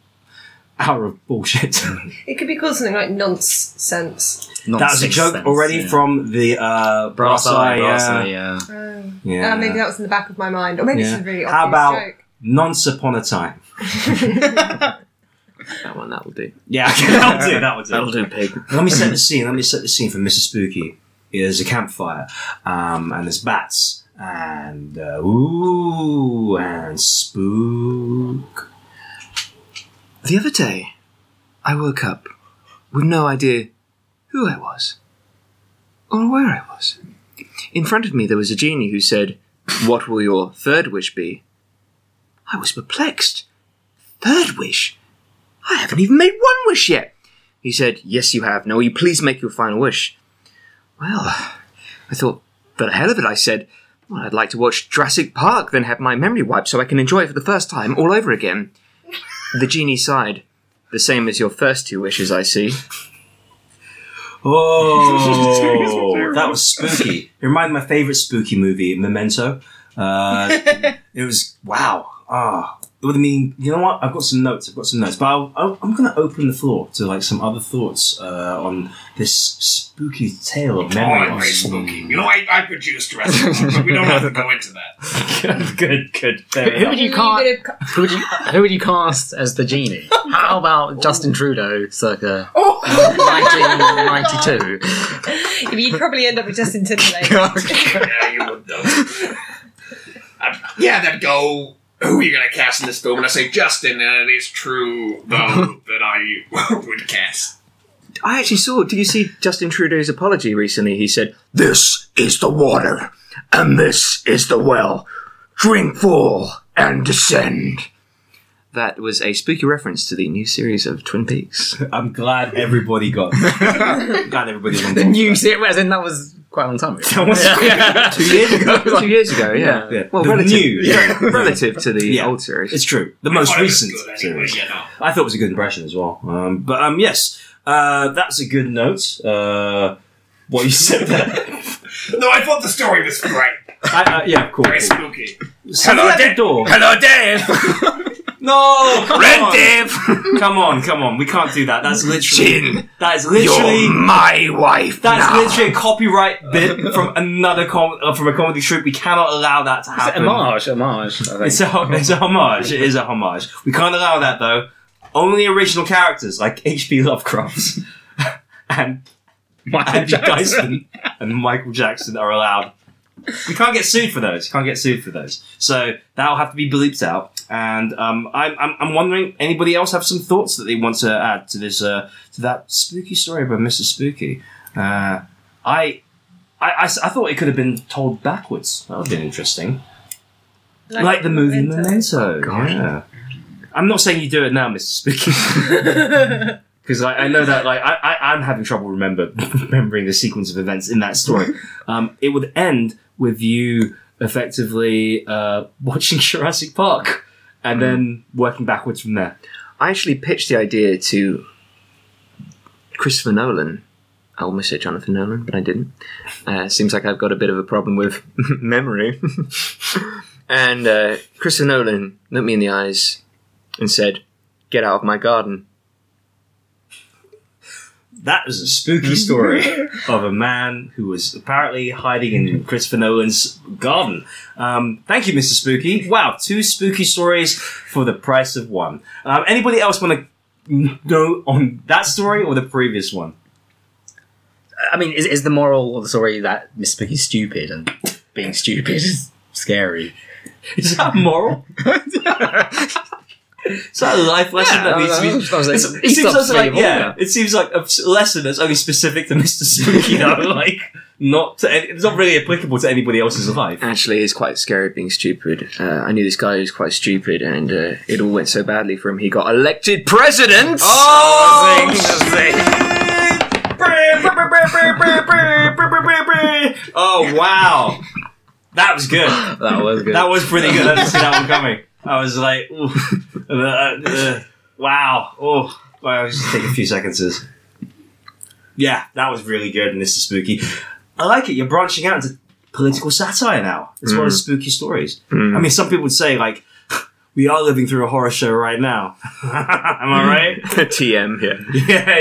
S1: hour of bullshit.
S7: It could be called something like nonsense. Uh,
S1: that was a joke already from the uh,
S4: Brass Eye.
S1: yeah.
S4: Brass Eye, yeah.
S1: Yeah.
S7: Uh, maybe that was in the back of my mind, or maybe
S1: Yeah.
S7: it's a really obvious
S1: How about-
S7: joke.
S1: Nonce upon a time.
S6: That one, that'll do.
S1: Yeah, that'll do. That'll do.
S6: That'll do, pig.
S1: let me set the scene. Let me set the scene for Mrs. Spooky. There's a campfire, um, and there's bats, and uh, ooh, and spook.
S6: The other day, I woke up with no idea who I was or where I was. In front of me, there was a genie who said, What will your third wish be? I was perplexed. Third wish? I haven't even made one wish yet. He said, Yes, you have. Now, will you please make your final wish? Well, I thought, for the hell of it, I said, Well, I'd like to watch Jurassic Park, then have my memory wiped so I can enjoy it for the first time all over again. The genie sighed. The same as your first two wishes, I see.
S1: Oh, that was spooky. It reminded me of my favorite spooky movie, Memento. Uh, it was wow. Ah, it would have been. You know what? I've got some notes. I've got some notes, but I'll, I'll, I'm going to open the floor to like some other thoughts uh, on this spooky tale of
S8: Oh,
S1: memory
S8: I'm very
S1: loss.
S8: spooky. You know, I, I produced Jurassic Park, but we don't have to go into that.
S1: good, good. Fair
S4: Who
S1: enough.
S4: would you
S7: A
S4: cast?
S7: little bit of-
S4: Who would you, who would you cast as the genie? How about Justin Trudeau, circa
S8: Oh.
S1: Oh.
S4: 1992?
S7: You'd probably end up with Justin Timberlake.
S8: Yeah, you would though. Um, yeah, then go. Who are you going to cast in this film? And I say Justin, and it is true though that I would cast.
S6: I actually saw. Did you see Justin Trudeau's apology recently? He said,
S2: This is the water, and this is the well. Drink full and descend.
S6: That was a spooky reference to the new series of Twin Peaks.
S1: I'm glad everybody got. glad everybody on
S4: The
S1: board.
S4: new series, as in that was quite a long time ago.
S1: That was- Two years ago?
S6: Two years ago, yeah.
S1: Yeah.
S6: Well,
S1: The
S6: relative,
S1: new-
S6: yeah,
S1: yeah.
S6: relative to the
S1: Yeah.
S6: old series.
S1: It's true. The most recent series. I thought it was a good impression as well. Um, but um, yes, uh, that's a good note. Uh, what you said there.
S8: No, I thought the story was great.
S1: I, uh, yeah, cool.
S8: Very
S1: cool.
S8: spooky.
S1: Somebody at the door.
S5: Hello, Dave.
S1: No, come
S5: Red
S1: on.
S5: Dave.
S1: Come on, come on. We can't do that. That's literally.
S5: Jin,
S1: That is literally.
S5: you're my wife
S1: That's
S5: now.
S1: literally a copyright bit from another com- uh, from a comedy troupe. We cannot allow that to happen.
S4: homage, homage. I
S1: It's a, it's a homage. It is a homage. We can't allow that though. Only original characters like H.P. Lovecraft and Andy Dyson and Michael Jackson are allowed. We can't get sued for those. Can't get sued for those. So that'll have to be bleeped out. And um, I'm, I'm, I'm wondering, anybody else have some thoughts that they want to add to this uh, to that spooky story by Mr. Spooky? Uh, I, I, I s- I thought it could have been told backwards. That would have been interesting like, the movie Memento. Yeah. I'm not saying you do it now, Mr. Spooky. Because like, I know that like I, I, I'm having trouble remember remembering the sequence of events in that story. Um, it would end with you effectively uh, watching Jurassic Park and then working backwards from there.
S6: I actually pitched the idea to Christopher Nolan. I almost said Jonathan Nolan, but I didn't. Uh, seems like I've got a bit of a problem with memory. and uh, Christopher Nolan looked me in the eyes and said, Get out of my garden.
S1: That is a spooky story of a man who was apparently hiding in Christopher Nolan's garden. Um, thank you, Mr. Spooky. Wow, two spooky stories for the price of one. Um, anybody else want to go on that story or the previous one?
S4: I mean, is, is the moral of the story that Miss Piggy's stupid and being stupid is scary?
S1: Is that moral? Is that a life lesson
S4: Yeah,
S1: that needs to be?
S4: I was- I was like,
S1: It's-
S4: he
S1: it seems
S4: stopped
S1: also like
S4: being a
S1: yeah,
S4: moral.
S1: it seems like a s- lesson that's only specific to Mr. Spooky though, like not to, any- it's not really applicable to anybody else's life.
S6: Actually, it's quite scary being stupid. Uh, I knew this guy was quite stupid, and uh, it all went so badly for him. He got elected president!
S1: Oh,
S5: Zing, zing.
S1: Oh wow, that was good.
S4: That was good.
S1: That was pretty good. I didn't see that one coming. I was like, ooh, uh, uh, wow. Oh, well, I'll just take a few seconds. to- Yeah, that was really good, Mr. Spooky. I like it. You're branching out into political satire now, as well as spooky stories. I mean, some people would say like. We are living through a horror show right now. Am I right?
S6: TM, yeah.
S1: yeah,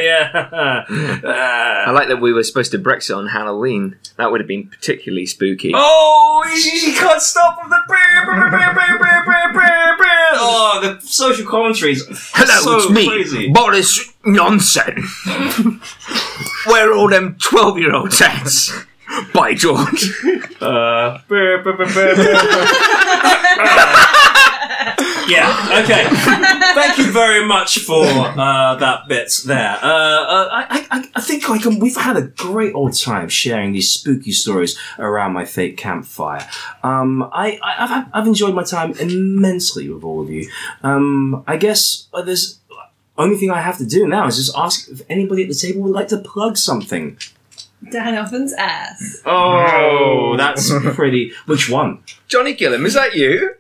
S1: yeah. Uh,
S6: I like that we were supposed to Brexit on Halloween. That would have been particularly spooky.
S1: Oh, she, she can't stop with the brr, brr, brr, brr, brr, brr, brr, brr, brr. Oh, the social commentaries.
S5: Hello,
S1: so
S5: it's me,
S1: Crazy.
S5: Boris Johnson. Where all them twelve-year-olds at? By George.
S1: Uh, brr, brr, brr, brr, brr. yeah. Okay. Thank you very much for uh, that bit there. Uh, uh, I, I, I think like um, we've had a great old time sharing these spooky stories around my fake campfire. Um, I, I, I've, had- I've enjoyed my time immensely with all of you. Um, I guess uh, there's only thing I have to do now is just ask if anybody at the table would like to plug something.
S7: Dan Offen's ass.
S1: Oh, that's pretty. Which one?
S6: Johnny Gillam, is that you?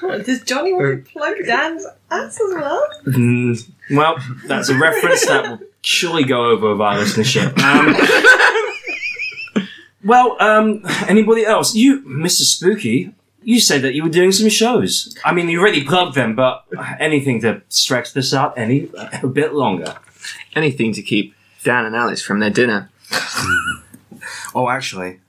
S7: What, does Johnny want
S1: Uh,
S7: to plug Dan's ass as well?
S1: Mm, well, that's a reference that will surely go over with our listenership. Um, well, um, anybody else? You, Mr. Spooky, you said that you were doing some shows. I mean, you already plugged them, but anything to stretch this out any a bit longer.
S6: Anything to keep Dan and Alice from their dinner.
S1: Oh, actually.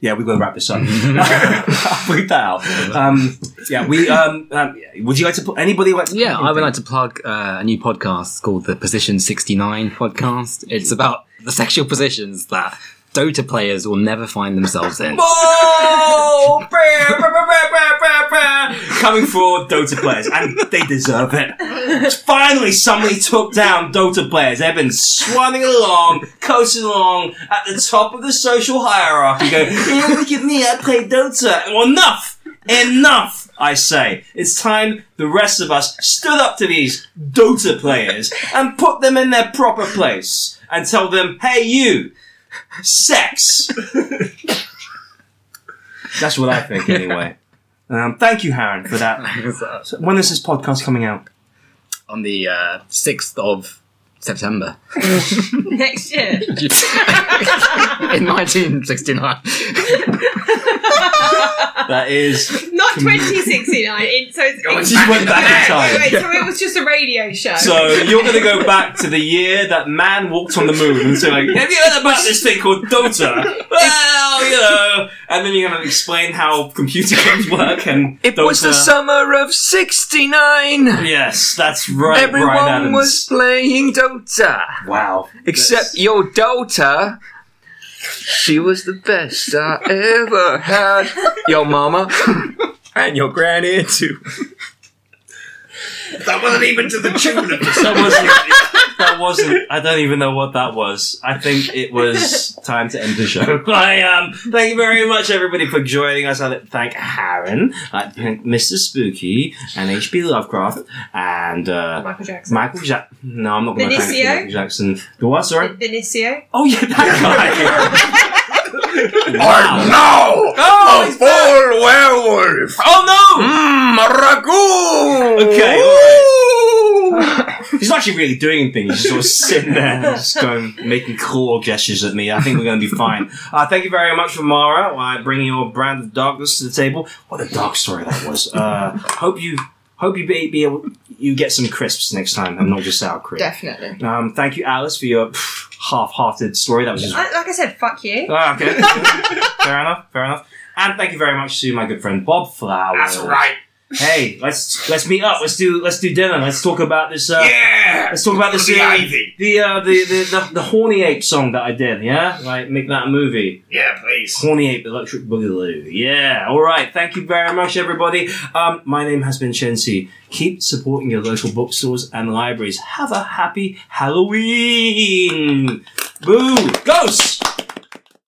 S1: Yeah, we've got to wrap this up. I'll bleep that out. Um, yeah, we. Um, um, would you like to put anybody like?
S4: Yeah, I would like to plug uh, a new podcast called the Position 69 podcast. It's about the sexual positions that Dota players will never find themselves in.
S1: Oh, brr, brr, brr, brr, brr, brr, brr. Coming for Dota players, and they deserve it. Finally, somebody took down Dota players. They've been swanning along, coasting along at the top of the social hierarchy, going, hey, look at me, I play Dota. Well, enough! Enough! I say, it's time the rest of us stood up to these Dota players and put them in their proper place and tell them, hey, you, sex. That's what I think, anyway. Um, thank you, Harren, for that. So when is this podcast coming out?
S4: On the uh, 6th of September.
S7: Next year.
S4: in 1969.
S1: That is.
S7: Not 2069. It, so it's,
S1: She went back in
S7: Wait,
S1: time.
S7: so it was just a radio show.
S1: So you're going to go back to the year that man walked on the moon and say, like, "Have you heard about this thing called Dota?" well, you know, and then you're going to explain how computer games work and
S6: It was the summer of 69!
S1: Yes, that's right.
S6: Everyone
S1: Brian Adams.
S6: was playing Dota!
S1: Wow.
S6: Except your Dota. She was the best I ever had. Your mama. and your granny, too.
S8: That wasn't even to the tune of the
S1: That wasn't. That wasn't. I don't even know what that was. I think it was time to end the show. I um. Thank you very much, everybody, for joining us. I thank Harren, I thank Mr. Spooky, and H.P. Lovecraft, and uh,
S7: Michael Jackson.
S1: Michael Jackson. No, I'm not going to thank
S7: Benicio?
S1: Michael Jackson. The what? Sorry.
S7: Benicio.
S1: Oh yeah, that guy. wow.
S5: No!
S1: Oh,
S5: a full werewolf!
S1: Oh
S5: Mmm, ragu!
S1: no. Okay. all right. He's not actually really doing anything. He's just sort of sitting there, just going, making claw gestures at me. I think we're going to be fine. Uh, thank you very much for Mara, uh, bringing your brand of darkness to the table. What a dark story that was. Uh, hope you hope you be, be able you get some crisps next time and not just sour cream.
S9: Definitely.
S1: Um, thank you, Alice, for your pff, half-hearted story. That was just
S7: I, like I said, fuck you.
S1: Ah, okay. fair enough. Fair enough. And thank you very much to my good friend Bob Flowers.
S8: That's right.
S1: Hey, let's let's meet up. Let's do let's do dinner. Let's talk about this. Uh,
S8: Yeah.
S1: Let's talk about this.
S8: The
S1: uh,
S8: Ivy.
S1: The, uh, the, the the the horny ape song that I did. Yeah, like make that a movie.
S8: Yeah, please.
S1: Horny ape electric boogaloo. Yeah. All right. Thank you very much, everybody. Um, my name has been Shensi. Keep supporting your local bookstores and libraries. Have a happy Halloween. Boo. Ghosts.